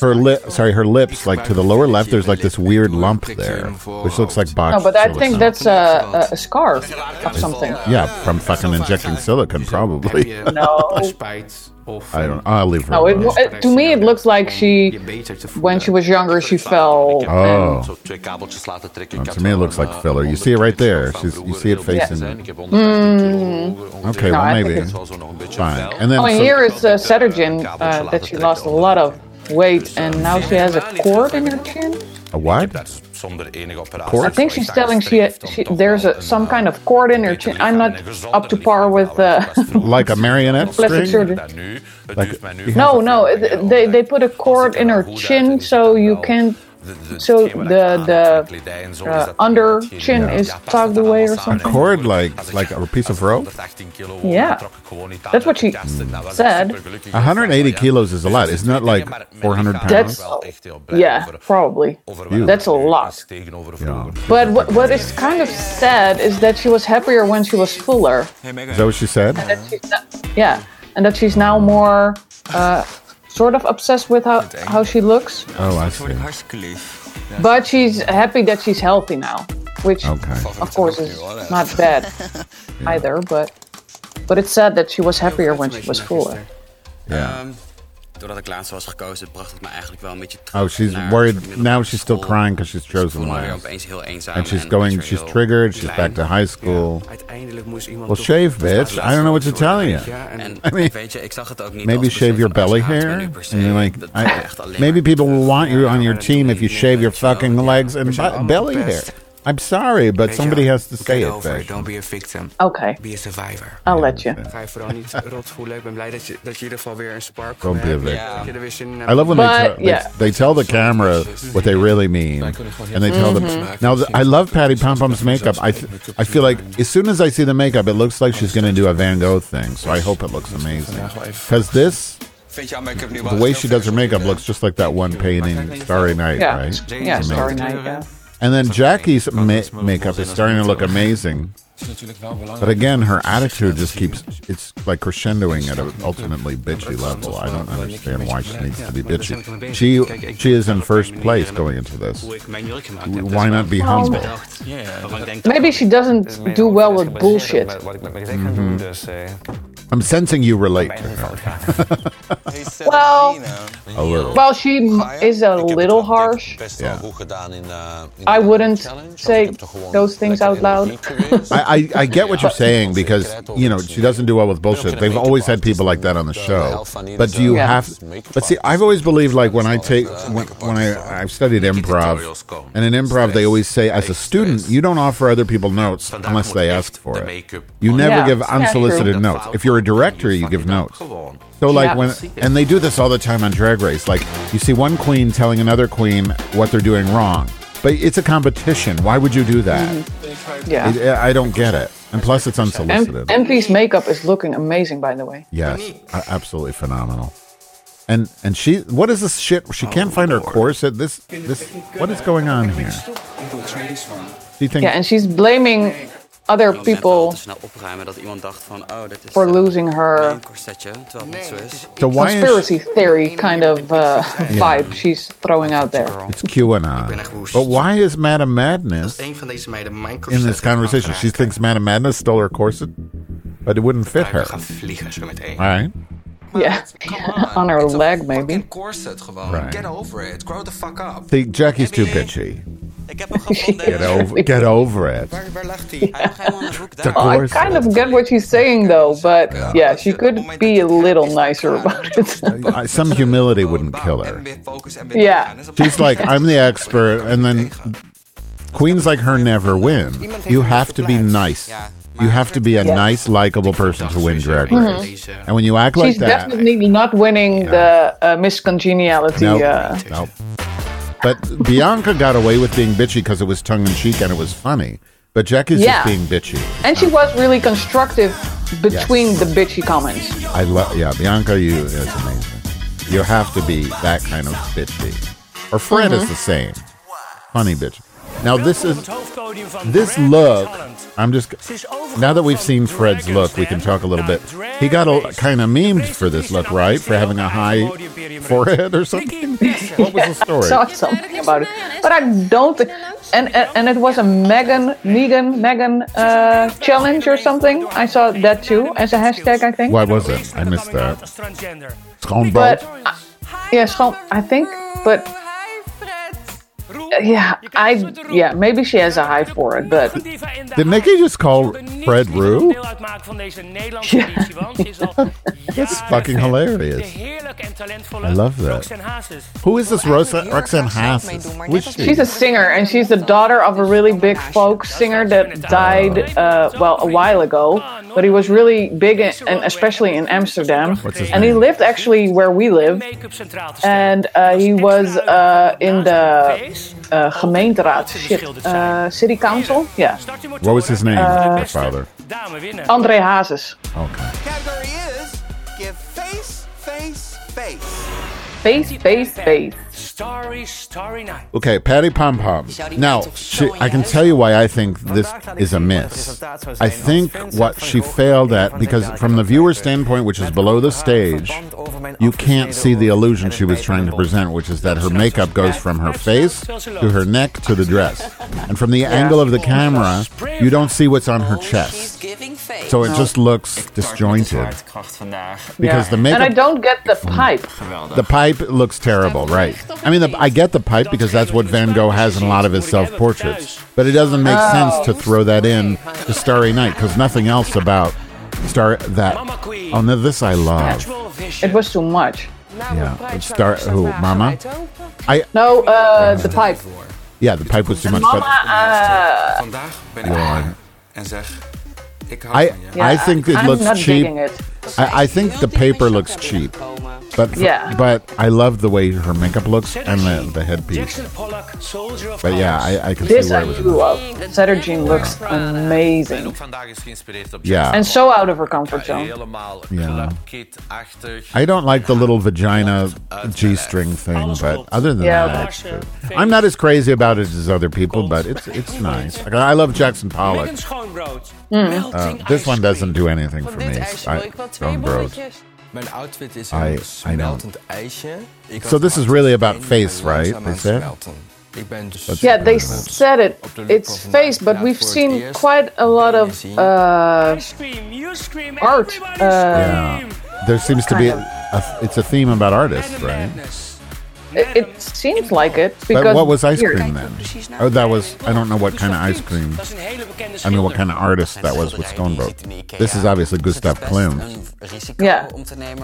her lip, sorry, her lips, like to the lower left, there's like this weird lump there, which looks like box.
No, but I think
silicone.
that's a, a, a scarf of something.
yeah, from fucking injecting silicone,
Heb
probably.
je
No.
spijt of...
I don't. I'll leave her.
No, it,
alone.
it, to me it looks like
je
she,
beter te voelen.
when she was younger, she fell.
Oh.
Zo twee kabeltjes laten trekken.
to me, it looks like filler. You see it right there. She's, you see it facing.
Ik heb
Mm.
115 euro.
Okay,
No,
well,
I
maybe.
think
Zo nog een beetje
Fine.
fel.
And then
Oh, and
so-
here is uh, Cetirizine, uh, that she lost a lot of weight, and now she has a cord in her chin.
a what?
Dat is zonder enige operatie.
Cord?
I think she's telling she, she there's a,
eh,
some kind of cord in her chin. I'm not up to par with. Uh,
Like a marionette
Plastic
string?
surgery.
Dat nu. Het
Like-
duurt mij nu.
no, no, it- they they put a cord in her chin so you can so the- the, uh, under chin is tucked away or something.
Cord like like a piece of rope.
Yeah. That's what she said.
180 kilos is a lot. Isn't that like 400 pounds?
That's yeah, probably. That's a lot.
Yeah.
But what, what is kind of sad is that she was happier when she was fuller.
Is that what she said?
That she's not- yeah, and that she's now more uh, sort of obsessed with how, how she looks.
Oh, I see.
Hartstikke lief.
But she's happy that she's healthy now, which
Okay.
of course is not bad either. But but it's sad that she was happier when she was fuller.
Um,
Yeah.
Doordat ik laatst was gekozen, bracht het me eigenlijk wel een beetje terug.
Oh, she's
naar
worried.
middelbare
Now she's still
school.
crying because she's
Ik voelde
chosen
me weer
last.
opeens heel eenzaam.
And she's
en
going,
opeens
she's
heel
triggered. She's
klein.
back to high school.
Uiteindelijk moest iemand
Well,
toch-
shave, bitch. I don't know what to tell you.
Ja, en
I mean,
weet je, ik zag het ook niet
Maybe
als
shave your
besloten
belly
als haatmenu
hair.
per se.
And you're like,
Dat is
I,
echt alleen
maybe
maar-
people will want you on your
Ja,
team if you
ja,
shave your
weet je wel.
fucking legs and
Weet je wel,
bu- belly
allemaal
hair.
best.
I'm sorry, but
Weet je
somebody
wel,
has to say
get
it.
over
Vish.
Don't be a victim.
Okay,
Be a survivor.
I'll let you.
Ga je vooral niet rot voelen. Ik ben blij dat je, dat je in ieder geval weer een spark
Don't be a
hebt.
victim.
Dat je er weer zin in hebt.
I love when they,
But,
tell
yeah.
they, they tell the camera what they really mean, and they tell them.
Mm-hmm.
Now, th- I love Patty Pom Pom's makeup. I, th- I feel like as soon as I see the makeup, it looks like she's going to do a Van Gogh thing. So I hope it looks amazing because this,
Vind je aan make-up nu
the way she does her makeup, looks just like that one painting, Starry Night,
Yeah,
right?
yeah,
Amazing.
sorry, night. Yeah.
And then Jackie's ma- makeup is starting to look amazing, but again, her attitude just keeps—it's like crescendoing at an ultimately bitchy level. I don't understand why she needs to be bitchy. She she is in first place going into this.
Hoe ik mijn jurk gemaakt heb.
Why not be humble?
Maybe she doesn't do well with bullshit.
Wat ik met mijn gezicht ga doen, dus... eh,
I'm sensing you relate
bij
to
een
her
geval graag.
Well,
a little.
well, she m- is a little harsh.
Best
Ja.
wel goed gedaan in, eh, in
I
de
wouldn't
challenge, want
say
ik heb er gewoon
those things
lekker
out loud.
in de diep geweest.
I, I, I get what you're saying because you know she doesn't do well with bullshit. They've always had people like that on the show. But do you
Yeah.
have? But see, I've always believed like when I take when, when I I've studied improv, and in improv they always say as a student you don't offer other people notes unless they ask for it. You never
Yeah.
give
Yeah, true.
unsolicited notes. If you're a director, you give notes.
Gewoon.
So like
Yeah.
when and they do this all the time on Drag Race. Like you see one queen telling another queen what they're doing wrong, but it's a competition. Why would you do that?
Mm-hmm. Yeah.
It- I don't get it. And plus, it's
M-
unsolicited.
MP's makeup is looking amazing, by the way.
yes, a- absolutely phenomenal. And and she, what is this shit? She can't find her corset. This this, what is going on here? She thinks
Yeah, and she's blaming other people
snel opruimen dat iemand dacht van, oh, dit is
for
eh,
losing her
een corsetje, terwijl het niet zo is.
so. Why is
conspiracy theory kind of uh, vibe she's throwing out there.
it's QAnon? But why is Madame Madness
Eén van deze meiden mijn corset
in this conversation? She thinks Madame Madness stole her corset, but it wouldn't fit her.
We gaan vliegen zo meteen.
All right.
Yeah, on her leg maybe.
corset gewoon.
Right.
Get over it. Grow the fuck up.
See, Jackie's too bitchy.
Ik heb hem gevonden.
Get over, get over it.
Waar, waar lag hij? Hij lag helemaal aan de hoek daar.
Oh, I
course.
kind of get what she's saying though, but yeah, she could be a little nicer about it.
Uh, Some humility wouldn't kill her.
Weer focus en weer
Yeah,
She's like, I'm the expert, and then queens like her never win. You have to be nice. You have to be a nice, likable person to win Drag Race.
deze.
And when you act
Mm-hmm.
like
she's
that,
definitely not winning the uh, Miss Congeniality.
no,
Uh,
no. But Bianca got away with being bitchy because it was tongue in cheek and it was funny. But Jackie's
Yeah.
just being bitchy. Um,
and she was really constructive between the bitchy comments.
I love, yeah, Bianca, you is amazing. You have to be that kind of bitchy. Her friend
Mm-hmm.
is the same. Funny bitch. Now Oh, this
Welkom
is
op het hoofdpodium van
this
Drag
look.
Talent.
I'm just.
Ze is overgegaan
Now that we've
van
seen
Drag
Fred's look, we
Race
can talk a little
naar
bit. He got
Drag
a
Race.
kind of memed for this
Presentatie
look, right? For
aan
having a
het
high
podiumperiode.
forehead or something. What was the story?
Saw something about it, but I don't. Think, and, and and it was a Megan Megan Megan uh, challenge or something. I saw that too as a hashtag. I think.
What was it? I missed that.
But
Schoonboot.
I, yeah, so I think. But Uh, yeah, I yeah maybe she has a high for it, but
Did
Did Nikki just call Fred Rue?
That's
fucking hilarious. I love that. Who is this Rosa, Roxanne Haas? Who is she?
She's a singer, and she's the daughter of a really big folk singer that died, uh, well, a while ago. But he was really big, in, and especially in Amsterdam.
What's his
And he
name?
lived actually where we live, and uh, he was uh, in the uh, gemeenteraad, shit, uh, city council. Yeah, Uh,
What was his name? Her father.
André Hazes.
Okay.
Category is give face, face, face.
Face, face, face.
Starry, starry night.
Okay, Patty Pom Pom. Now, she, I can tell you why I think this is a miss. I think what she failed at, because from the viewer standpoint, which is below the stage, you can't see the illusion she was trying to present, which is that her makeup goes from her face to her neck to the dress. And from the angle of the camera, you don't see what's on
Oh,
her chest. So it just looks disjointed
Kracht vandaag.
because the
And I
makeup
don't get the pipe.
Geweldig.
the pipe looks terrible, right? I mean, the, I get the pipe because that's what Van Gogh has in a lot of his self portraits. But it doesn't make sense to throw that in to Starry Night because nothing else about Star that. Oh, no, this I love.
Actual vision.
It was too much.
Yeah, but Star who Mama? I
No, uh, the pipe.
yeah, the pipe was too much.
Mama,
But
uh,
Eh.
Ja.
Vandaag ben ik en zeg, ik hou
I
van je.
I
yeah,
think
I'm
it
not
looks cheap.
digging it.
I, I think the paper looks cheap. But
Yeah.
but I love the way her makeup looks and the,
Synergy.
the headpiece.
Jackson Pollock, Soldier of
But yeah,
Colours.
I, I can see
This
where
I
it was.
do love. Zetter Jean looks amazing.
Vandaag is geïnspireerd op
Yeah.
And so out of her comfort zone.
helemaal
Ja.
klapkit-achtig.
I don't like the little vagina G string thing, but other than
Yeah.
that, it's good. I'm not as crazy about it as other people, but it's it's nice. Like, I love Jackson Pollock.
Met een schoonbrood.
Hmm.
Uh,
Melting
this one
ice
doesn't
cream.
do anything for me. I don't brood.
Mijn outfit is
I- I
een
know.
smeltend ijsje. Ik
So
had
this is
mijn
really
outfit
about
in,
face,
maar
right?
langzaam aan
They said?
smelten. Ik ben dus
Yeah, they said it. It's face, but we've seen quite a lot of uh,
Ice cream, you scream,
Art,
everybody
uh,
scream.
There seems to be a, it's a theme about artists,
Madam
right?
Madness.
it, it seems like it because
But what was ice
here-
cream then? Oh, that was I don't know what kind of ice cream.
Dat is een hele bekende
I mean, what
schilder.
kind of artist that was with Stonebrook. This is obviously Gustav Klimt,
Ja.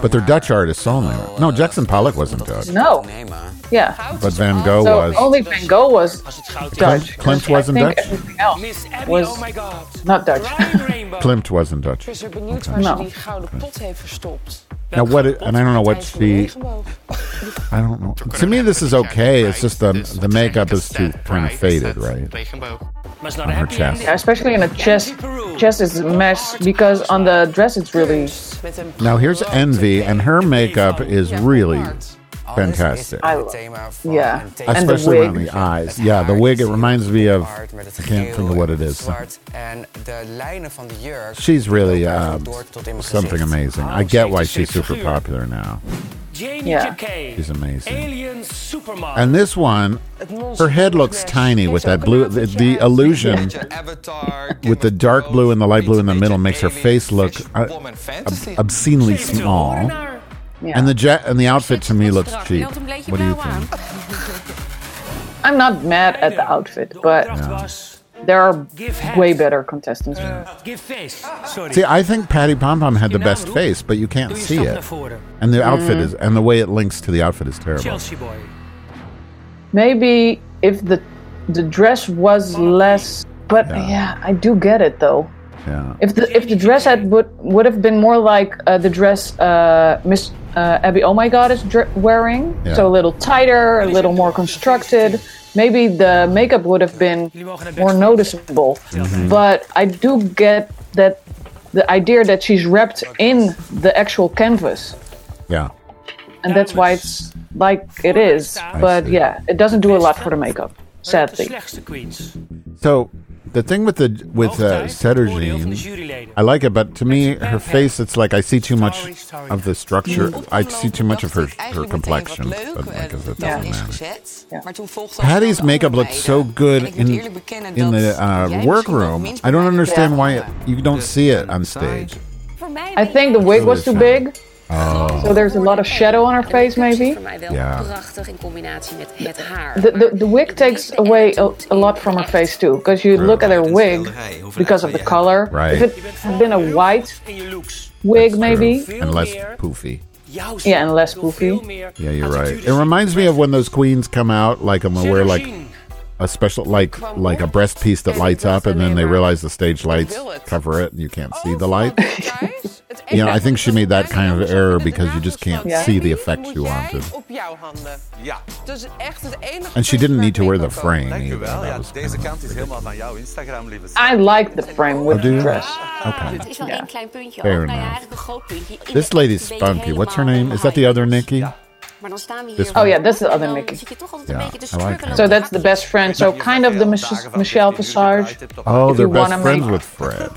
but they're Dutch artists only. No, Jackson Pollock wasn't Dutch,
No, yeah.
but Van Gogh
So oh,
was.
only Van Gogh was
Als het goud is.
Dutch.
Klimt
I
wasn't
think
Dutch?
everything else
Miss Abby,
was
oh my god.
not Dutch.
Ryan Rainbow.
Klimt wasn't Dutch.
Ik ben benieuwd waar
Nou.
ze die gouden pot heeft verstopt.
Now what? It, and I don't know what's the. I don't know. To me, this is okay. It's just the the makeup is too kind of faded, right?
Maar it's not
On
a
her
happy
chest.
ending.
Yeah, especially in a chest. Chest is a mess because on the dress it's really.
Met een
Now here's Envy, and her makeup is really
Oh,
fantastic.
I- yeah. And the
Especially around
wig.
the eyes. Yeah, the wig. It reminds me of. I can't think of what it is.
En de lijnen van de jurk.
She's really uh,
gaan door tot in mijn
something
gezicht.
amazing. I get why she's super popular now.
Jane
Yeah.
Jacquet,
She's amazing.
Alien Superman.
And this one, her head looks tiny with that blue. The, the illusion with the dark blue and the light blue in the middle makes her face look uh, ob- obscenely
Geef toe.
small.
Naar-
Yeah.
And the jet and the outfit to me looks cheap.
een beetje
What do you
blauw
think?
aan.
I'm not mad at the outfit,
De
but
opdracht was,
there are
Give head.
way better contestants.
give face. Sorry.
See, I think Patty Pom Pom had
Je
the
naam
best
roept,
face, but you can't
Doe je
see
stap naar
it.
voren.
And the outfit is and the way it links to the outfit is terrible.
Chelsea boy.
Mm-hmm.
Maybe if the the dress was less, but
Yeah.
yeah, I do get it though.
Yeah.
If the if the dress had would would have been more like uh, the dress uh, Miss uh, Abby Oh My God is dr- wearing,
Yeah.
so a little tighter, a little more constructed. Maybe the makeup would have been more noticeable.
Mm-hmm.
But I do get that the idea that she's wrapped in the actual canvas,
Yeah.
and that's why it's like it is. But
see.
yeah, it doesn't do a lot for the makeup,
De
sadly.
slechtste queens.
So the thing with the with uh,
Hoogtijd, oordeel van de
Cedergene
juryleden.
I like it, but to me, her face, it's like I see too much of the structure. I see too much of her, her complexion. But like, is it doesn't matter. Patty's makeup looked so good in, in the uh, workroom. I don't understand why it, you don't see it on stage.
Voor mij
I
ben
think the
jij
wig was too big,
Oh,
so there's a lot of shadow on her face, maybe.
Voor mij wel
Ja.
prachtig in combinatie met het haar.
The, the, the wig takes away a, a lot from her face too, because you look at her wig because of the color. If
Right.
it had been a white
In je looks.
wig, maybe.
and less poofy.
Jouw
Ja, en less
wil veel
poofy.
meer
Yeah, you're right.
attitude
It reminds me of when those queens come out, like and they wear like
zien.
a special, like like a breast piece that lights up, and then they realize the stage lights cover it, Oh, and you can't see the light. You know, I think she made that kind of error because you just can't
Yeah.
see the effect she wanted.
op jouw handen.
Ja,
Dus echt het enige.
And she didn't need to wear the frame either.
dankjewel. Ja,
That was
deze
kind of-
kant is helemaal van jouw Instagram, lieve schat.
I like the frame with
Oh, do
the
you?
dress.
Het is wel één klein puntje.
Fair
ook. Nou ja,
enough.
eigenlijk een groot puntje. Iedereen
This lady's
is een beetje
spunky. What's her
helemaal
name? Is that the other Nikki?
Maar dan staan we
This
hier.
one. Oh
yeah, that's the other
En dan
Nikki.
zit je toch altijd
Ja,
een beetje te
I like her.
struggelen.
So that's the best friend. So kind of the Mich- Michelle Visage.
Oh, they're
you
best
wanna
friends
make-
with Fred.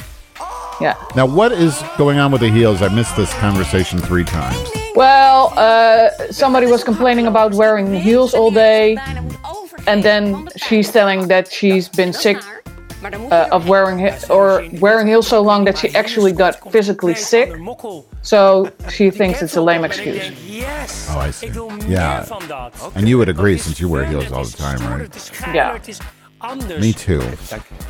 Yeah.
Now, what is going on with the heels? I missed this conversation three times.
Well, uh, somebody was complaining about wearing heels all day, and then she's telling that she's been sick uh, of wearing he- or wearing heels so long that she actually got physically sick.
Mokkel.
So she thinks it's a lame
En ik
excuse.
denk, yes.
Oh, I see.
Ik wil meer
Yeah.
van dat.
And you would agree,
Het is
since you wear
vuil,
heels
het
all
is
the time,
stoer,
right?
Het is geil,
Ja.
het is anders.
Me too.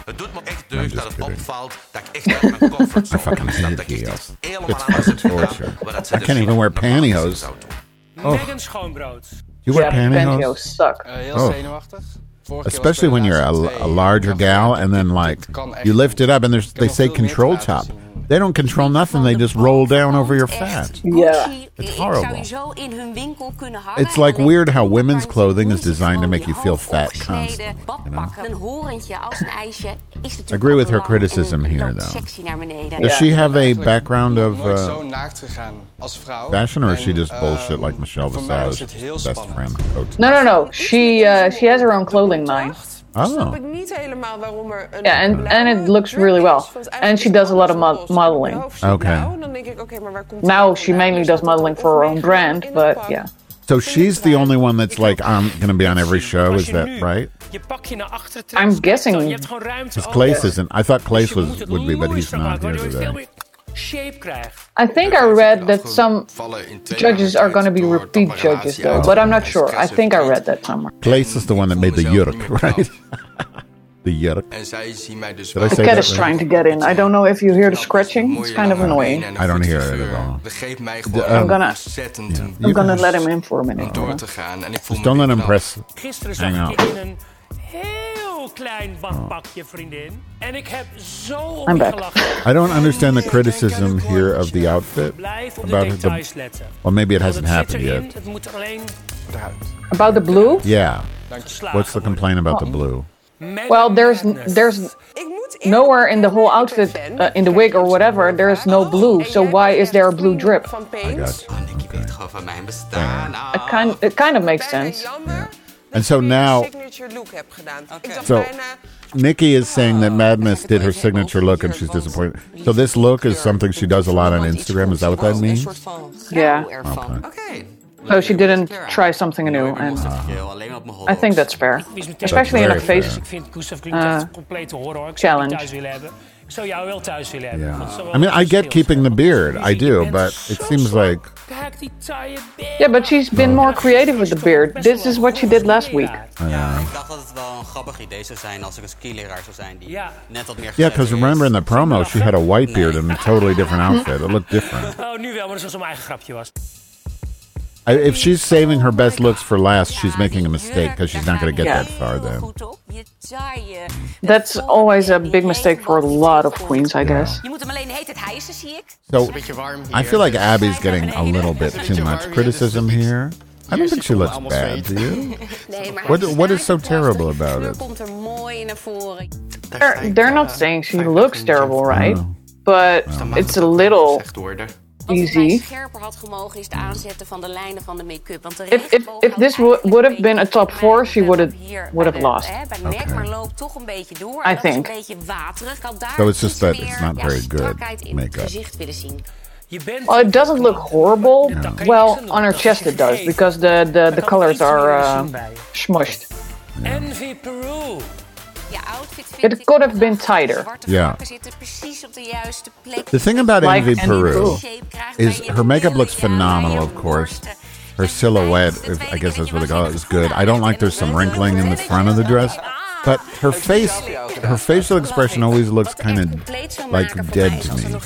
Het doet me echt deugd
just
dat het
kidding.
opvalt dat ik echt uit mijn comfortzone
fucking
stap,
hate
dat ik
heels.
echt helemaal
It's
aan het
fucking
gaan,
torture.
waar dat ze
I
dus
can't even
normaal
wear
gezien
pantyhose.
zou doen.
Oh.
Megan Schoonbrood.
You wear
Yeah, pantyhose
pantyhose?
suck.
Heel
Oh.
zenuwachtig. Vorige keer was
Especially
het bij
when
de
you're a,
laatste twee.
a larger
Ik dacht, ja,
gal,
dit-
and then
dit
like
kan echt
you lift
niet.
it up, and there's, they
heb
say
nog veel meer
control
te
top.
laten zien.
They don't control nothing; they just roll down over your fat.
Yeah.
It's
horrible.
Zou je zo eh, in hun winkel kunnen hangen.
It's like
Alleen
weird how
onderkant
women's clothing is
moeite
designed to
van
make
die
you feel
half
fat
opgesneden
constantly, you know?
badpakken. Een horentje als een ijsje is natuurlijk
Agree with her
ook belangrijk en
criticism
het
here,
loopt
though.
sexy naar beneden.
Does she have a
Eigenlijk
background of?
nooit
Uh,
zo naakt gegaan als
Oh,
vrouw.
fashion, or is she
En,
just bullshit
ehm,
um,
like Michelle
voor mij was
Visage,
het heel
best
spannend.
friend? Oh, coach?
No, no, no. She uh, she has her own clothing line.
Snap ik
Oh,
niet helemaal waarom er een
Yeah, and-
blauwe
and it looks
druk
really
is,
well.
want eigenlijk
And she
is het
does a lot of
anders
mo-
opgelost.
modeling.
Mijn hoofd zit
Okay.
blauw, dan denk ik, oké, maar waar komt het
Now
vandaan?
she mainly
Is
does
dat het
modeling for her own
opgelegd
brand,
in het
but
pak?
yeah.
so she's the only one that's like I'm gonna be on every show.
Als
Is
je
that
nu
right?
Je pakje naar achter trekt,
I'm
dan-
guessing
Je hebt gewoon ruimte. over.
Clace isn't. I thought
Dus
Clace
je moet
was
het
would be, but he's
looser
not
maken,
here
waardoor je veel
today.
meer shape krijgt.
I think I read that some
Vallen in twee
judges are going to be
door
repeat
tamperatie
judges though,
uit.
but I'm not sure. I think I read that somewhere.
Clace is the one that made the yurk, right? the yurk.
En zij zien mij dus
Did
wel
I say
Cat
that
is
right?
trying to get in. I don't know if you hear the scratching. It's kind of annoying.
I don't hear it at all.
Begeef mij gewoon
ehm, I'm
gonna-
ontzettend om
I'm gonna let him in for a minute.
door te gaan. En ik voel me
Don't let
weer
him
knap.
press.
Gisteren
Hang
zag ik
on.
je in een heel heel klein badpakje, vriendin. En ik heb zo
I'm
om je
back.
gelachen.
I don't understand the criticism here of the outfit
Blijf op de
about
details
the.
letten.
Well, maybe it
Want
hasn't
het zit
happened
erin,
yet.
Het moet er alleen
About the blue?
Yeah. What's the complaint about the blue?
Well, there's there's nowhere in the whole outfit, uh, in the wig or whatever, there's no blue. So why is there a blue drip?
I
got you. Okay.
Gewoon van mijn bestaan.
It kind it kind of makes sense.
And so now,
signature look eh, heb gedaan. Ik dacht
so
bijna,
Nikki is saying that Madness did her signature look and she's disappointed. So this look is something she does a lot on Instagram. Is that what that means? Oh,
Yeah.
Okay.
So she didn't try something new, and I think that's fair,
Is meteen-
especially in a
Very
face.
Ik vind Gustav Klimt
eh,
echt een complete horror. Ik zou je
challenge.
thuis willen hebben. Ik zou jou wel thuis willen hebben. want
Yeah.
zo-
I mean, I get keeping the beard. I do, but it seems like Oh.
Kijk die taaie beer.
Yeah, but she's been more creative with the beard. This is what she did last week.
Ik dacht dat het wel een grappig idee zou zijn als ik een skileraar zou zijn die
Ja.
net wat meer
yeah, because
geletterd
remember
is.
in the promo she had a white beard and a totally different outfit. It looked different.
Oh, nu wel, maar dat is wel zo'n eigen grapje was.
I, if she's saving her best looks for last, she's making a mistake because she's not going to get that far then.
Goed op. Je taaie.
That's always a big mistake for a lot of queens, I guess.
Je moet hem alleen de hele tijd hijsen, zie ik.
So
warm
I feel like Abby's getting a little bit too much criticism here. I don't think she looks bad, do you?
Nee, maar
What what is so terrible about it?
komt er mooi naar voren.
They're, they're not saying she looks terrible, right? But it's a little
Echt hoorde. Eh,
Wat voor mij
easy.
scherper had gemogen is het aanzetten van de lijnen van de make-up. Want de
If, if, if this wo- would have been a top four, she would have would have lost.
Hè, bij nek, maar loopt toch een beetje door.
I
En dat is
think.
een beetje waterig. Ik had daar
So it's
iets
just that
meer,
it's not
ja,
very good
strakheid in het
make-up.
gezicht willen zien.
Je bent
Well, Oh, it doesn't look horrible.
No.
Well, on her chest it does because the the, the colors are uh, smushed.
Envy Peru.
Je outfit vind
It
ik
could have been
prachtig.
tighter.
Zwarte
Ja.
vakken zitten precies op de juiste plek.
The thing about
Like
Envy
any
Peru
girl.
is her makeup looks phenomenal, of course. Her silhouette, if, I guess that's what they call it, is good. I don't like there's some wrinkling in the front of the dress, but her face, her facial expression always looks kind of like dead to
er
me.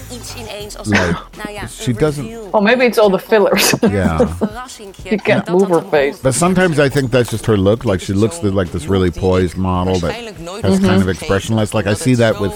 Like, she doesn't,
Well, maybe it's all the fillers.
yeah.
you can't move her face.
But sometimes I think that's just her look. Like she looks like this really poised model that has kind of expressionless. Like I see that with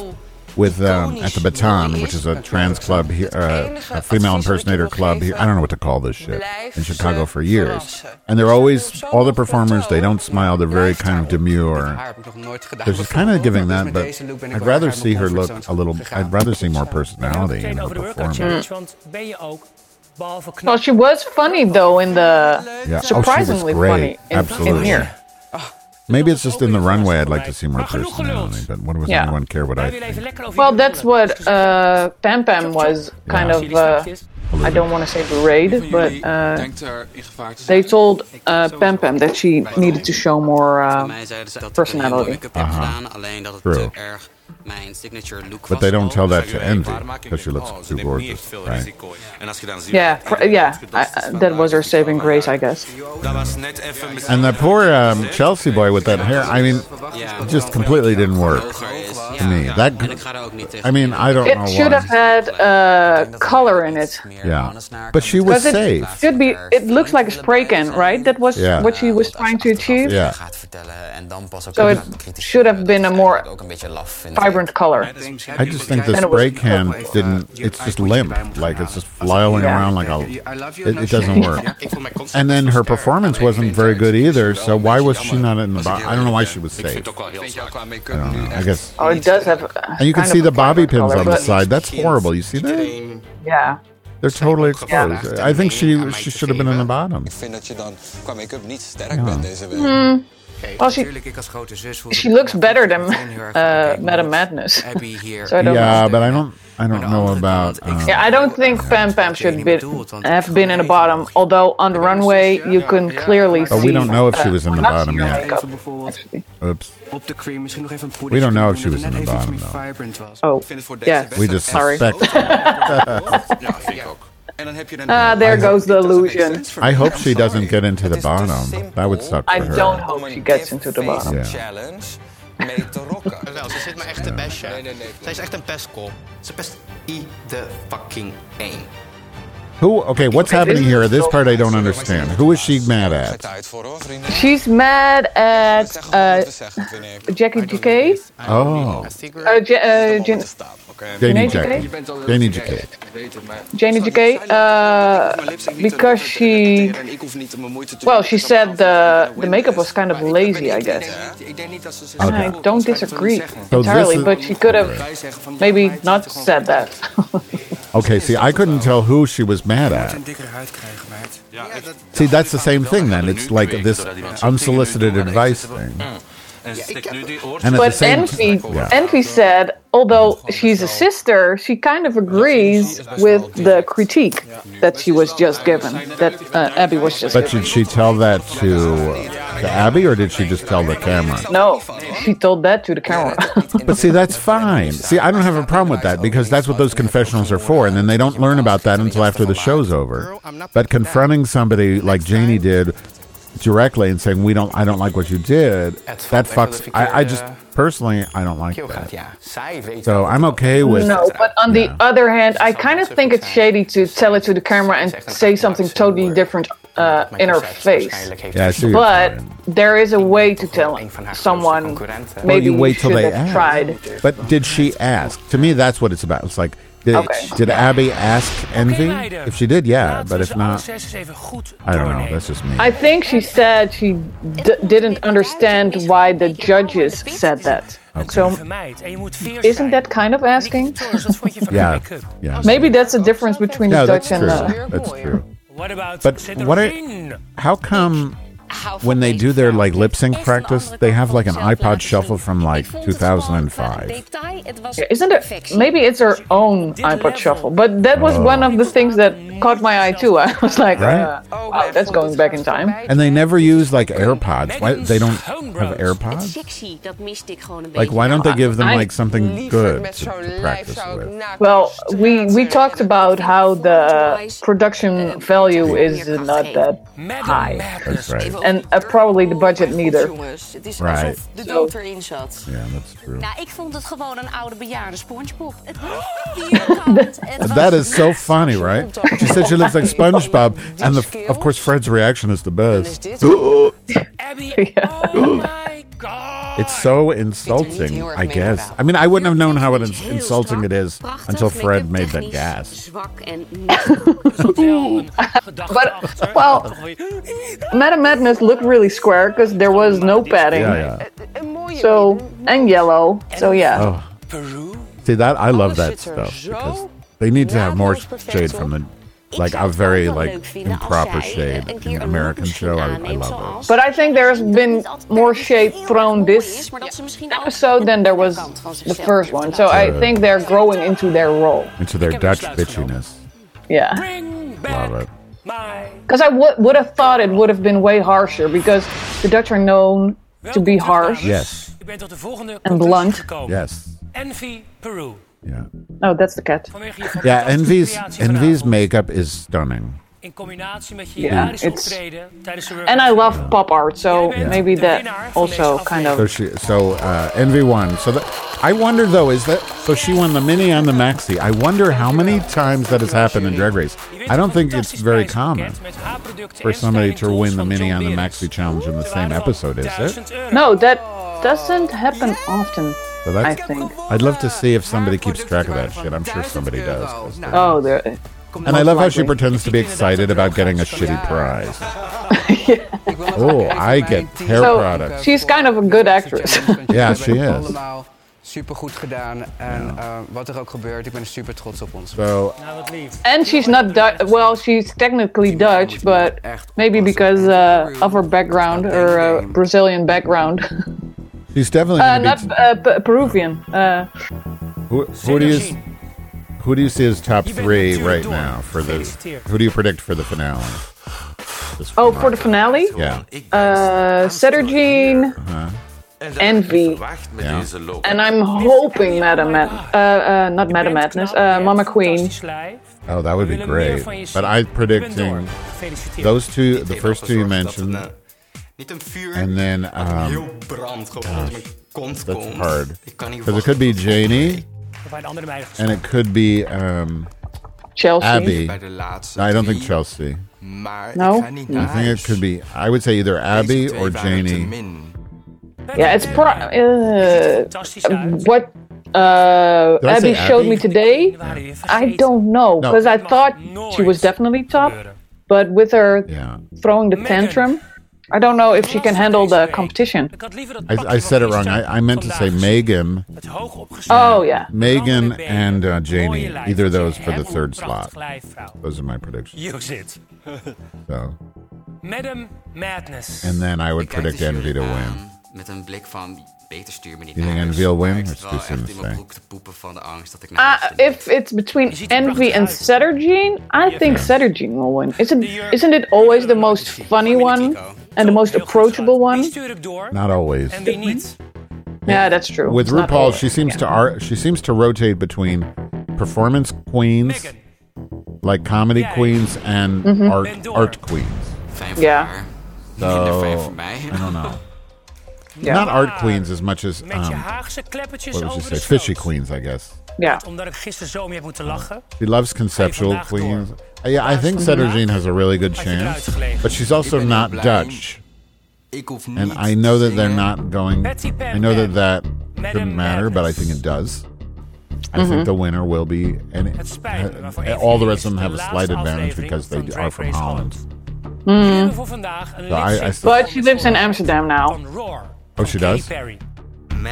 with um, at the Baton, which is a trans club here, uh, a female impersonator club here. I don't know what to call this shit in Chicago for years. And they're always all the performers. They don't smile. They're very kind of
Haar
demure.
heb ik nog nooit gedaan.
They're just kind of giving that. But
Deze look ben ik
I'd
wel
rather
uit mijn
see her look
comfortzone
a little.
gegaan.
I'd rather see more personality in
Meteen
her
over de workout
performance.
challenge, want ben je ook, behalve
Mm. Well,
knap,
she was funny though in the
Yeah,
surprisingly
oh, she was
funny
great.
in,
Absolutely.
in here.
Maybe it's just in the runway. I'd like to see more personality, but what does
Yeah.
anyone care what I
wij willen even
think?
lekker over
Well,
je
that's
lullen.
what uh, Pam Pam was kind
Yeah.
of. Uh, I don't want to say berate, but uh, they told uh, Pam Pam that she needed to show more.
Bij
Uh,
mij zeiden ze dat ik een
personality.
mooie make-up heb
Aha.
gedaan, alleen dat het
True.
te erg mijn signature look was.
But they don't tell that
Zou
to
je een
Envy
waarmaking
because she
denken,
looks
oh, ze
too
neemt niet
gorgeous,
veel
right?
risico. En als je dan ziet-
yeah, fr- yeah, I,
Dat is
I, that was her saving grace, I guess.
Dat was net even mis-
And the poor um, Chelsea boy with that hair. I mean, it just completely didn't work
hoger is.
to me.
En ik ga
That
daar ook niet tegen.
I mean, I don't
It
know
should have
why.
had uh, color in it.
Yeah, but she was
Because
safe.
it should be. It looks like a spray can, right? That was
Yeah.
what she was trying to achieve.
Yeah,
gaat
uh,
vertellen en dan pas ook
So it
gaat kritiseren.
should have been a
Dat
more
vind ik ook een beetje laf vind ik.
Vibrant color.
I just think the
And it was-
spray can didn't. It's just limp, like it's just flailing
Yeah.
around like a. It, it doesn't work.
Ik vond mijn concept
And then
zo
her
sterk.
performance wasn't very good either. So why was she not in the? Bo- I don't know why she was
Ik vind
safe.
het ook wel heel sterk.
I don't know. I guess.
Oh, it does have.
And you can see the bobby pins on the side. That's horrible. You see that?
Iedereen-
Yeah.
They're totally exposed. I think she she should have been in the bottom.
Ik vind dat je dan qua make-up niet sterk
Ja.
bent deze week.
Hmm. Well, she
Natuurlijk, ik als grote zus voel
she
me
looks
heel
better
erg
than
goed en heel erg
uh,
goed.
Madam Madness.
Abby hier.
So I don't
Yeah,
know.
but I don't I don't
Aan de
know
andere
about.
kant, ik
uh,
vind-
Yeah, I don't think Pam Pam should be, have been in the bottom. Although on the runway you can clearly see.
But we don't know if she
uh,
was in the
not
bottom
her
yet.
makeup,
Bijvoorbeeld
actually.
Oops.
op de cream, misschien nog even een
We
poeder.
don't know if she was in
Net even iets
the bottom,
meer
though.
vibrant was.
Oh,
vind het voor deze
yeah.
best
We just
Sorry.
suspect.
Ja, vind ik ook. En dan heb je dan...
Ah, there goes the illusion.
I hope she doesn't get into the bottom. That would suck
I
for
don't
her.
hope she gets into the bottom.
Yeah.
challenge mee te rocken.
Wel, ze zit me echt te bestje. Nee, nee, nee. Zij is echt een pestkol.
Ze pest ieder fucking één.
Who? Okay, what's happening here? This part I don't understand. Who is she mad at?
She's mad at uh, Jackie JK.
Oh,
Uh, J- uh, Jan- Janie
Janie J.
JK?
Janie J.
Janie JK, uh, because she, well, she said the, the makeup was kind of lazy, I guess. And I don't disagree
So
entirely,
this is-
but she could have maybe
er
not said that.
Okay, see, I couldn't tell who she was mad at. See, that's the same thing then. It's like this unsolicited advice thing. And at the
But
same
Envy,
Yeah.
Envy said, although she's a sister, she kind of agrees with the critique that she was just given, that uh, Abby was just
But
given.
did she tell that to, uh, to Abby or did she just tell the camera?
No, she told that to the camera.
But see, that's fine. See, I don't have a problem with that because that's what those confessionals are for, and then they don't learn about that until after the show's over. But confronting somebody like Janie did directly and saying we don't, I don't like what you did, that fucks. I, I just personally, I don't like that. So I'm okay with.
no, but on the other hand, I kind of think it's shady to tell it to the camera and say something totally different uh, in her face.
Yeah, I see what
But there is a way to tell someone
Well,
maybe
Oh, you wait till
should
they
have
ask.
tried.
But did she ask? To me, that's what it's about. It's like, did,
Okay.
did Abby ask Envy? If she did, yeah. But if not, I don't know. That's just me.
I think she said she d- didn't understand why the judges said that. So isn't that kind of asking?
Yeah, yeah.
Maybe that's the difference between
No,
the
that's
Dutch and
true.
the.
That's true. But what? I, how come when they do their like lip sync practice, they have like an iPod shuffle from like 2005?
Yeah, Isn't it? Maybe it's her own iPod shuffle, but that was
Oh.
one of the things that caught my eye too. I was like,
Right?
uh,
Oh,
wow, that's going back in time.
And they never use like AirPods. Why they don't have AirPods?
Sexy, dat miste ik gewoon een
Like
beetje.
why don't they give them
I-
like something good to, to practice with?
Well, we we talked about how the production value is not that high,
That's right.
and uh, probably the budget neither.
oh, Jongens, het is
Right.
alsof de dood erin zat.
Yeah, that's true.
Nou, ik vond het gewoon een oude bejaarde SpongeBob. Het was vierkant, het was-
That is so funny, right? She said she looks like SpongeBob, and the, of course Fred's reaction is the best.
oh
It's so insulting, I guess. I mean, I wouldn't have known how ins- insulting it is until Fred made that gas.
Zwak en niet
But well, Madam Madness looked really square because there was no padding.
Yeah, yeah.
So and yellow. So yeah.
Oh. See that? I love that stuff because they need to have more shade from the like a very like improper shade in the American show. I, I love it.
But I think there has been more shade thrown this e episode than there was the first one. So I
Uh.
think they're growing into their role.
Into their Dutch bitchiness.
Yeah.
Love it.
Because I would would have thought it would have been way harsher because the Dutch are known to be harsh.
Yes.
Ik ben tot de volgende
En
conclusie
blunt.
gekomen.
Yes.
Envy Peru.
Yeah.
Oh, that's the cat.
Vanwege je fantastische
Yeah. Envy's
creatie
Envy's
vanavond,
makeup is stunning.
In combinatie met je
Yeah,
hilarische
it's-
optreden tijdens de
And I love pop art, so
Yeah.
maybe that also kind
So
of.
she so uh, Envy won. So that I wonder though is that so she won the mini and the maxi. I wonder how many times that has happened in Drag Race. I don't think it's very common. for somebody to win the mini and the maxi challenge in the same episode, is it?
No, that doesn't happen often.
So that's,
I think.
I'd love to see if somebody keeps track of that shit. I'm sure somebody does. 'cause they-
Nou,
Oh, there.
And I love how she
likely.
pretends to be excited about getting a shitty prize. Oh, I get hair
So
products.
she's kind of a good actress.
Yeah, she is.
Allemaal supergoed gedaan. En eh, wat er ook gebeurt, ik ben super trots op ons.
So
and she's not Dutch. Well, she's technically Dutch, but maybe because uh, of her background, her uh, Brazilian background.
she's definitely
Uh,
gonna
not
be.
uh, P- Peruvian. Uh,
who, who do you who do you see as top three right now for the? Who do you predict for the finale? This
oh, for the finale?
Yeah.
Uh, Cettergene, Envy.
Yeah.
And I'm hoping Madam Mad- uh, uh, not Madam Madness, uh, Mama Queen.
Oh, that would be great. But I'm predicting those two, the first two you mentioned,
Niet een vuur,
and then um,
heel brand gewoon uit mijn kont
that's
komt.
hard
Ik kan niet
because E, it could be Janie
Bij de andere meiden
and it could be um,
Chelsea.
Abby.
Bij de
E.
laatste
No, I don't
drie.
think Chelsea.
Maar
No?
ik ga niet
I
naar
think it
huis.
could be. I would say either Abby or E. Janie.
Yeah, it's pro. Uh, what uh,
Did I say
Abby showed
Abby?
me today, I don't know
No.
because I thought she was definitely top, but with her
Yeah.
throwing the tantrum, I don't know if she can handle the competition.
I, I said it wrong. I, I meant to say Megan,
Oh yeah,
Megan and uh, Janie. Either of those for the third slot. Those are my predictions.
Use it.
So,
Madam Madness.
and then I would predict Envy to
um,
win.
ehm, Met een blik van, beter stuur me niet
You think
naar
Envy will win?
Maar ik
It's
zit
too
wel
soon
echt
to
in mijn
say.
broek te poepen van de angst dat ik naar
uh,
huis toe
if it's between Envy and Settergene, I think Settergene will win. Isn't isn't it always the most funny one and the most approachable one?
Not always.
En wie niet?
Yeah, that's true.
With
It's not
RuPaul,
always,
she seems
yeah.
to ar- she seems to rotate between performance queens, like comedy queens, and
Mm-hmm.
art art queens.
moet. Fijn voor
Yeah.
haar. Minder fijn
So
voor mij.
I don't know.
Yeah.
Not art queens as much as
Met je
um,
Haagse kleppertjes
what would you
over
say?
de sloot.
Fishy queens, I guess.
Yeah.
Omdat ik gisteren zo om je heb moeten lachen.
She loves conceptual
Vandaag door.
queens. Uh, Yeah, I think Cedergene has a really good chance, but she's also not Dutch,
Ik hoef niet
and I know that
te
they're
zingen.
not going.
Betsy Pam
I know that
Pam.
that
Madam
shouldn't matter, but I
Madness.
think it does. I think the winner will be, and
Het spijt me, maar voor
uh,
Evie
all the
is
rest of them
de
have a
laatste
slight advantage
aflevering
because they
van
are
Drag
from
Race
Holland.
We hebben voor vandaag een
So I-
lipstick
I still-
Hmm. But she lives in Amsterdam now.
van Roar.
Oh,
Katy
she does.
Perry.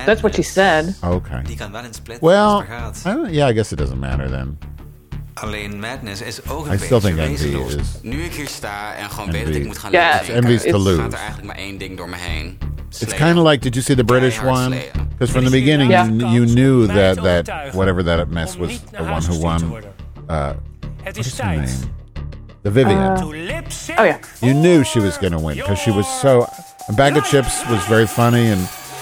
That's what she said.
Okay.
Die kan wel in split
Well,
als het gaat.
I don't- yeah, I guess it doesn't matter then.
Alleen Madness is ook
I
een
still
beetje
think Envy
wezenloos.
is-
Nu ik hier sta en gewoon weet
Envy.
dat ik moet gaan
Yeah,
leren
Envy is
zingen,
to
gaat
lose.
er eigenlijk maar één ding door me heen.
It's kind of like, did you see the British
Try hard
one?
slayer.
Because from the beginning,
Yeah.
you, you knew that that whatever that mess was, the one who won, uh,
Het
what's
is
her name?
tijd.
The Vivian.
To lip sync.
Oh, ja.
you knew she was going to win because she was so. A bag of chips was very funny, and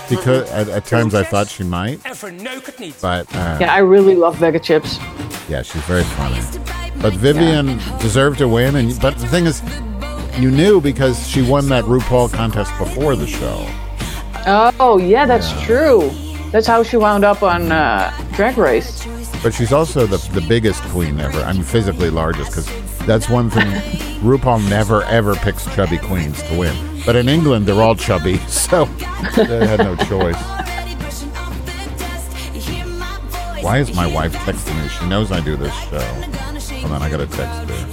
because at, at times I thought she might,
En verneuk het niet.
but uh,
Yeah, I really love Vega chips.
yeah, she's very funny. But Vivian deserved to win, and but the thing is, you knew because she won that RuPaul contest before the show.
Oh yeah, that's true. That's how she wound up on uh, Drag Race.
But she's also the, the biggest queen ever. I mean, physically largest, because that's one thing. RuPaul never, ever picks chubby queens to win. But in England, they're all chubby, so they had no choice. Why is my wife texting me? She knows I do this show. Hold on, I gotta text her.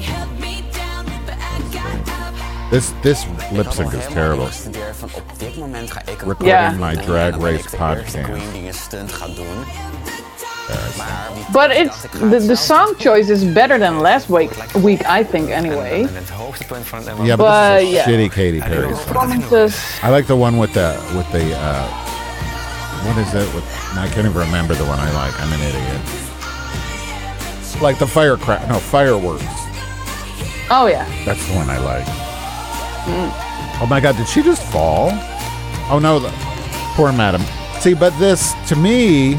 This this lip sync is terrible.
Gestudeerd van op dit moment ga ik een
Recording
Ja.
my drag race
De
podcast.
queen die een stunt gaat doen. Maar wie
But it's the, the song choice is better than last week. Week I think anyway.
het hoogtepunt van het
Yeah, but this is a
But, yeah.
shitty Katy Perry song.
Performances.
I like the one with the with the uh, what is it? With I can't even remember the one I like. I'm an idiot. Like the firecrack? No, fireworks.
Oh yeah.
That's the one I like.
Mm.
Oh my God! Did she just fall? Oh no! The, poor madam. See, but this to me,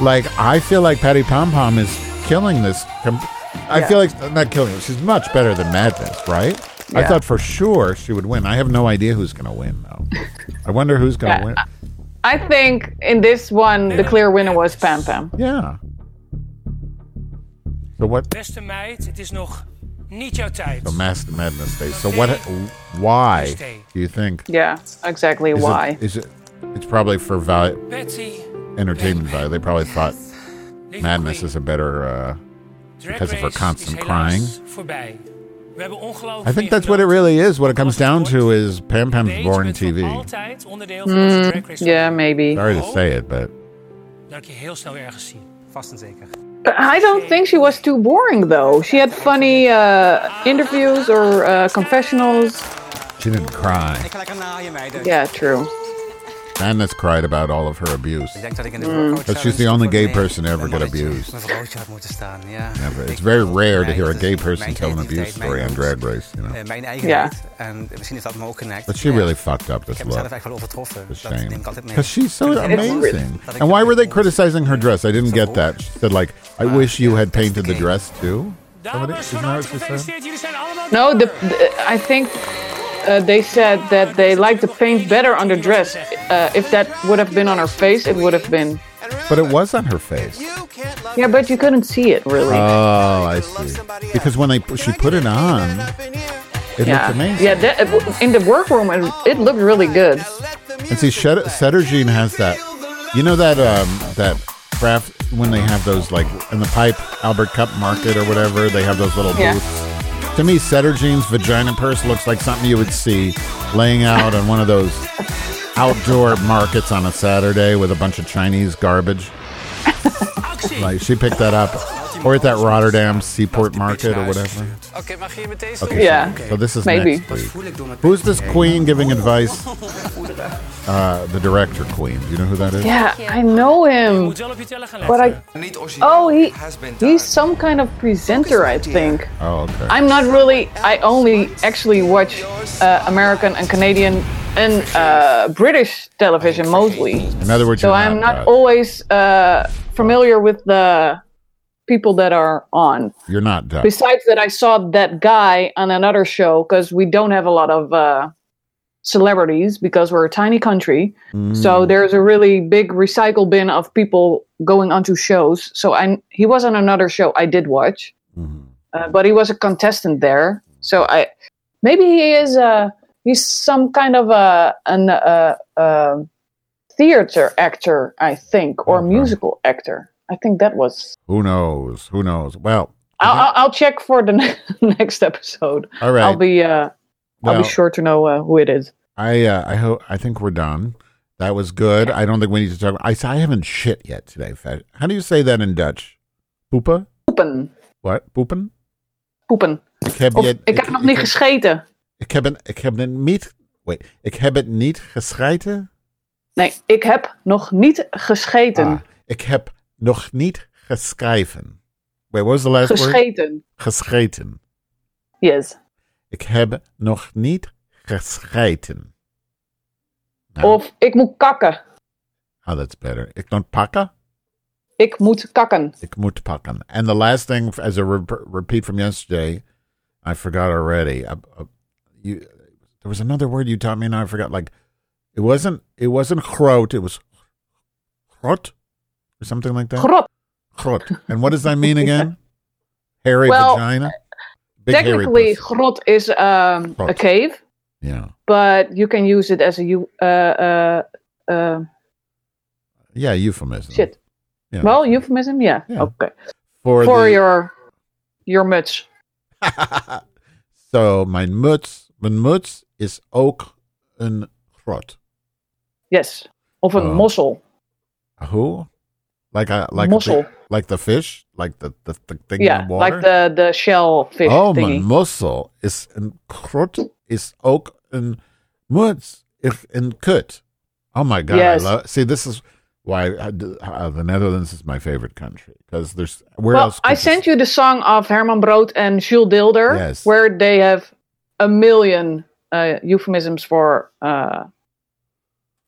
like I feel like Patty Pom Pom is killing this. Com- I
Yeah.
feel like uh, not killing it. She's much better than Madness, right? I
Yeah.
thought for sure she would win. I have no idea who's going to win though. I wonder who's going to
Yeah,
win.
I think in this one the clear winner was Pam Pam.
Yeah. So what?
Beste meid, het is nog niet jouw tijd.
The Masked Madness Day. So what? Why do you think?
Yeah, exactly
Is
why.
It, is it? It's probably for value,
Betty,
entertainment value. They probably thought
lieve
Madness
queen,
is a better. Uh,
Drag
because of her
Race
constant
is helaas
crying.
voorbij. We hebben ongelooflijk
I
meer
think that's what it really is. What it comes down to is Pam Pam's
Deze
born
bent voor
TV.
altijd onderdeel van onze Drag Race.
yeah, maybe.
Sorry to say it, but
Dat ik je heel snel ergens zie. Vast en zeker.
But I don't think she was too boring though. She had funny uh, interviews or uh, confessionals.
she didn't cry.
Ik ga lekker naaien, meiden.
Yeah, true.
Madness cried about all of her abuse.
Ik denk dat ik in de workout
But she's the
challenge
only
voor
gay
mijn-
person to ever
mijn
get
mannetje
abused.
Met een roodje had moeten staan, ja.
Never.
Ik-
It's very rare to
mijn-
hear a
dat is
gay person
mijn
tell an abuse
creativiteit,
story
mijn
on
roles,
Drag Race. You know,
eh, Mijn eigen
Ja.
En misschien is dat me ook connect.
but she
Ja.
really fucked up
Ik
this
heb mezelf
look.
echt wel overtroffen.
A
Dat neem
shame.
ik altijd mee.
Because she's so
Ik vind het heel
amazing.
goed dat ik
And why
dat
were they
ik kon-
criticizing her dress? I didn't get that. She said, like, I wish you had painted the dress too. Somebody-
Dames,
isn't
van
that what
harte
she said?
gefeliciteerd. Jullie zijn allemaal
No, the,
door.
the I think uh, they said that they liked the paint better on the dress. Uh, if that would have been on her face, it would have been.
But it was on her face.
You can't love
Yeah, but you couldn't see it really.
Oh, I see. Because when they pu- she put it on, it
yeah.
looked amazing.
Yeah, that, it w- in the workroom, it, it looked really good.
And see, Shed- Settergene has that. You know that um that craft when they have those like in the pipe Albert Cup Market or whatever they have those little
Yeah.
booths. To me, Settergene's vagina purse looks like something you would see laying out on one of those outdoor markets on a Saturday with a bunch of Chinese garbage. like she picked that up, or at that Rotterdam Seaport Market or whatever.
Oké, mag je met deze
Okay,
doen?
Yeah.
so, so this is
Maybe.
next week. Who's this queen giving advice? Uh, the director queen. Do you know who that is?
Yeah, I know him. But I. Oh, he, he's some kind of presenter, I think.
Oh, okay.
I'm not really. I only actually watch uh, American and Canadian and uh, British television mostly.
In other words,
So
you're
I'm not
that.
always uh, familiar with the people that are on.
You're not done.
Besides that, I saw that guy on another show because we don't have a lot of uh, celebrities because we're a tiny country. So there's a really big recycle bin of people going onto shows. So I he was on another show I did watch, uh, but he was a contestant there. So I maybe he is a he's some kind of a an uh, uh, theater actor I think or musical actor. I think that was
Who knows? Who knows? Well,
I'll, I'll, I'll check for the ne- next episode.
All Mhm. right.
I'll be uh, I'll
Well-
be sure to know uh, who it is.
I uh, I hope I think we're done. That was good. I don't think we need to talk. About, I s- I haven't shit yet today. Fe- How do you say that in Dutch? Poepen?
Poepen,
What? Poepen?
poepen.
Ik heb
Of,
je-
ik heb nog niet
heb-
gescheten.
Ik heb het- ik heb het niet. Wait, ik heb het niet geschreven.
Nee, ik heb nog niet gescheten.
Ah, ik heb nog niet geschreven. Wait, what was the last word?
gescheten.
Gescheten.
Yes.
Ik heb nog niet gescheten. Nou,
Of ik moet kakken.
oh, that's better. Ik moet pakken.
Ik moet kakken.
Ik moet pakken. And the last thing, as a re- repeat from yesterday, I forgot already. I, I, you, there was another word you taught me, and I forgot. Like it wasn't. It wasn't groot. It was grot or something like that.
Grot.
Grot. And what does that mean again? Hairy
Well,
vagina. hairy
Technically,
pussy.
grot is um,
Grot.
a cave,
Yeah.
but you can use it as a eu- uh, uh, uh,
Yeah. Euphemism.
shit.
Yeah.
Well, euphemism, yeah.
Yeah.
Okay.
for,
For
the-
your your much.
So my muts, mijn muts is ook een grot.
Yes. Of een
Oh.
mossel.
Who? Like a like
Mussel.
The, like the fish, like the the, the thing
Yeah,
in the water.
like the the shell fish
oh,
thingy.
mijn mussel is een krot is ook een muts is een kut. Oh my god!
Yes.
I love, see, this is why I d- uh, the Netherlands is my favorite country because there's where
well,
else?
I
could
sent
this-
you the song of Herman Brood and Jules Dilder,
Yes.
where they have a million uh, euphemisms for uh,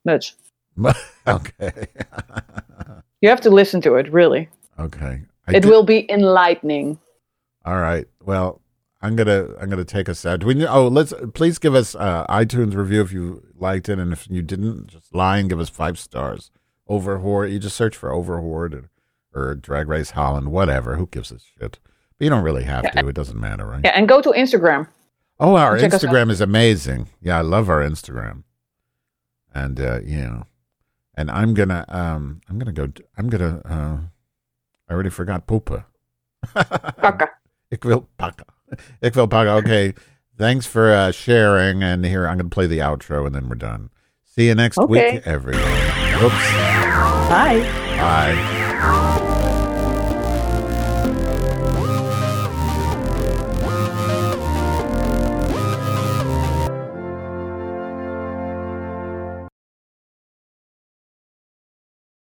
nuts.
okay,
You have to listen to it, really.
okay. I
it
did-
will be enlightening.
All right. Well, I'm gonna I'm gonna take us out. Do we need, oh, let's please give us uh, iTunes review if you liked it, and if you didn't, just lie and give us five stars. Overhoard. You just search for Overhoard or, or Drag Race Holland, whatever. Who gives a shit? But you don't really have to. It doesn't matter, right?
Yeah, and go to Instagram.
Oh, our
Check us out.
Instagram is amazing. Yeah, I love our Instagram. And uh, you know, and I'm gonna um I'm gonna go I'm gonna uh I already forgot poopa.
Kakken.
Ik wil pakken. Ik wil pakken. Okay. Thanks for uh, sharing. And here, I'm going to play the outro and then we're done. See you next
Okay.
week, everyone. Oops.
Bye.
Bye.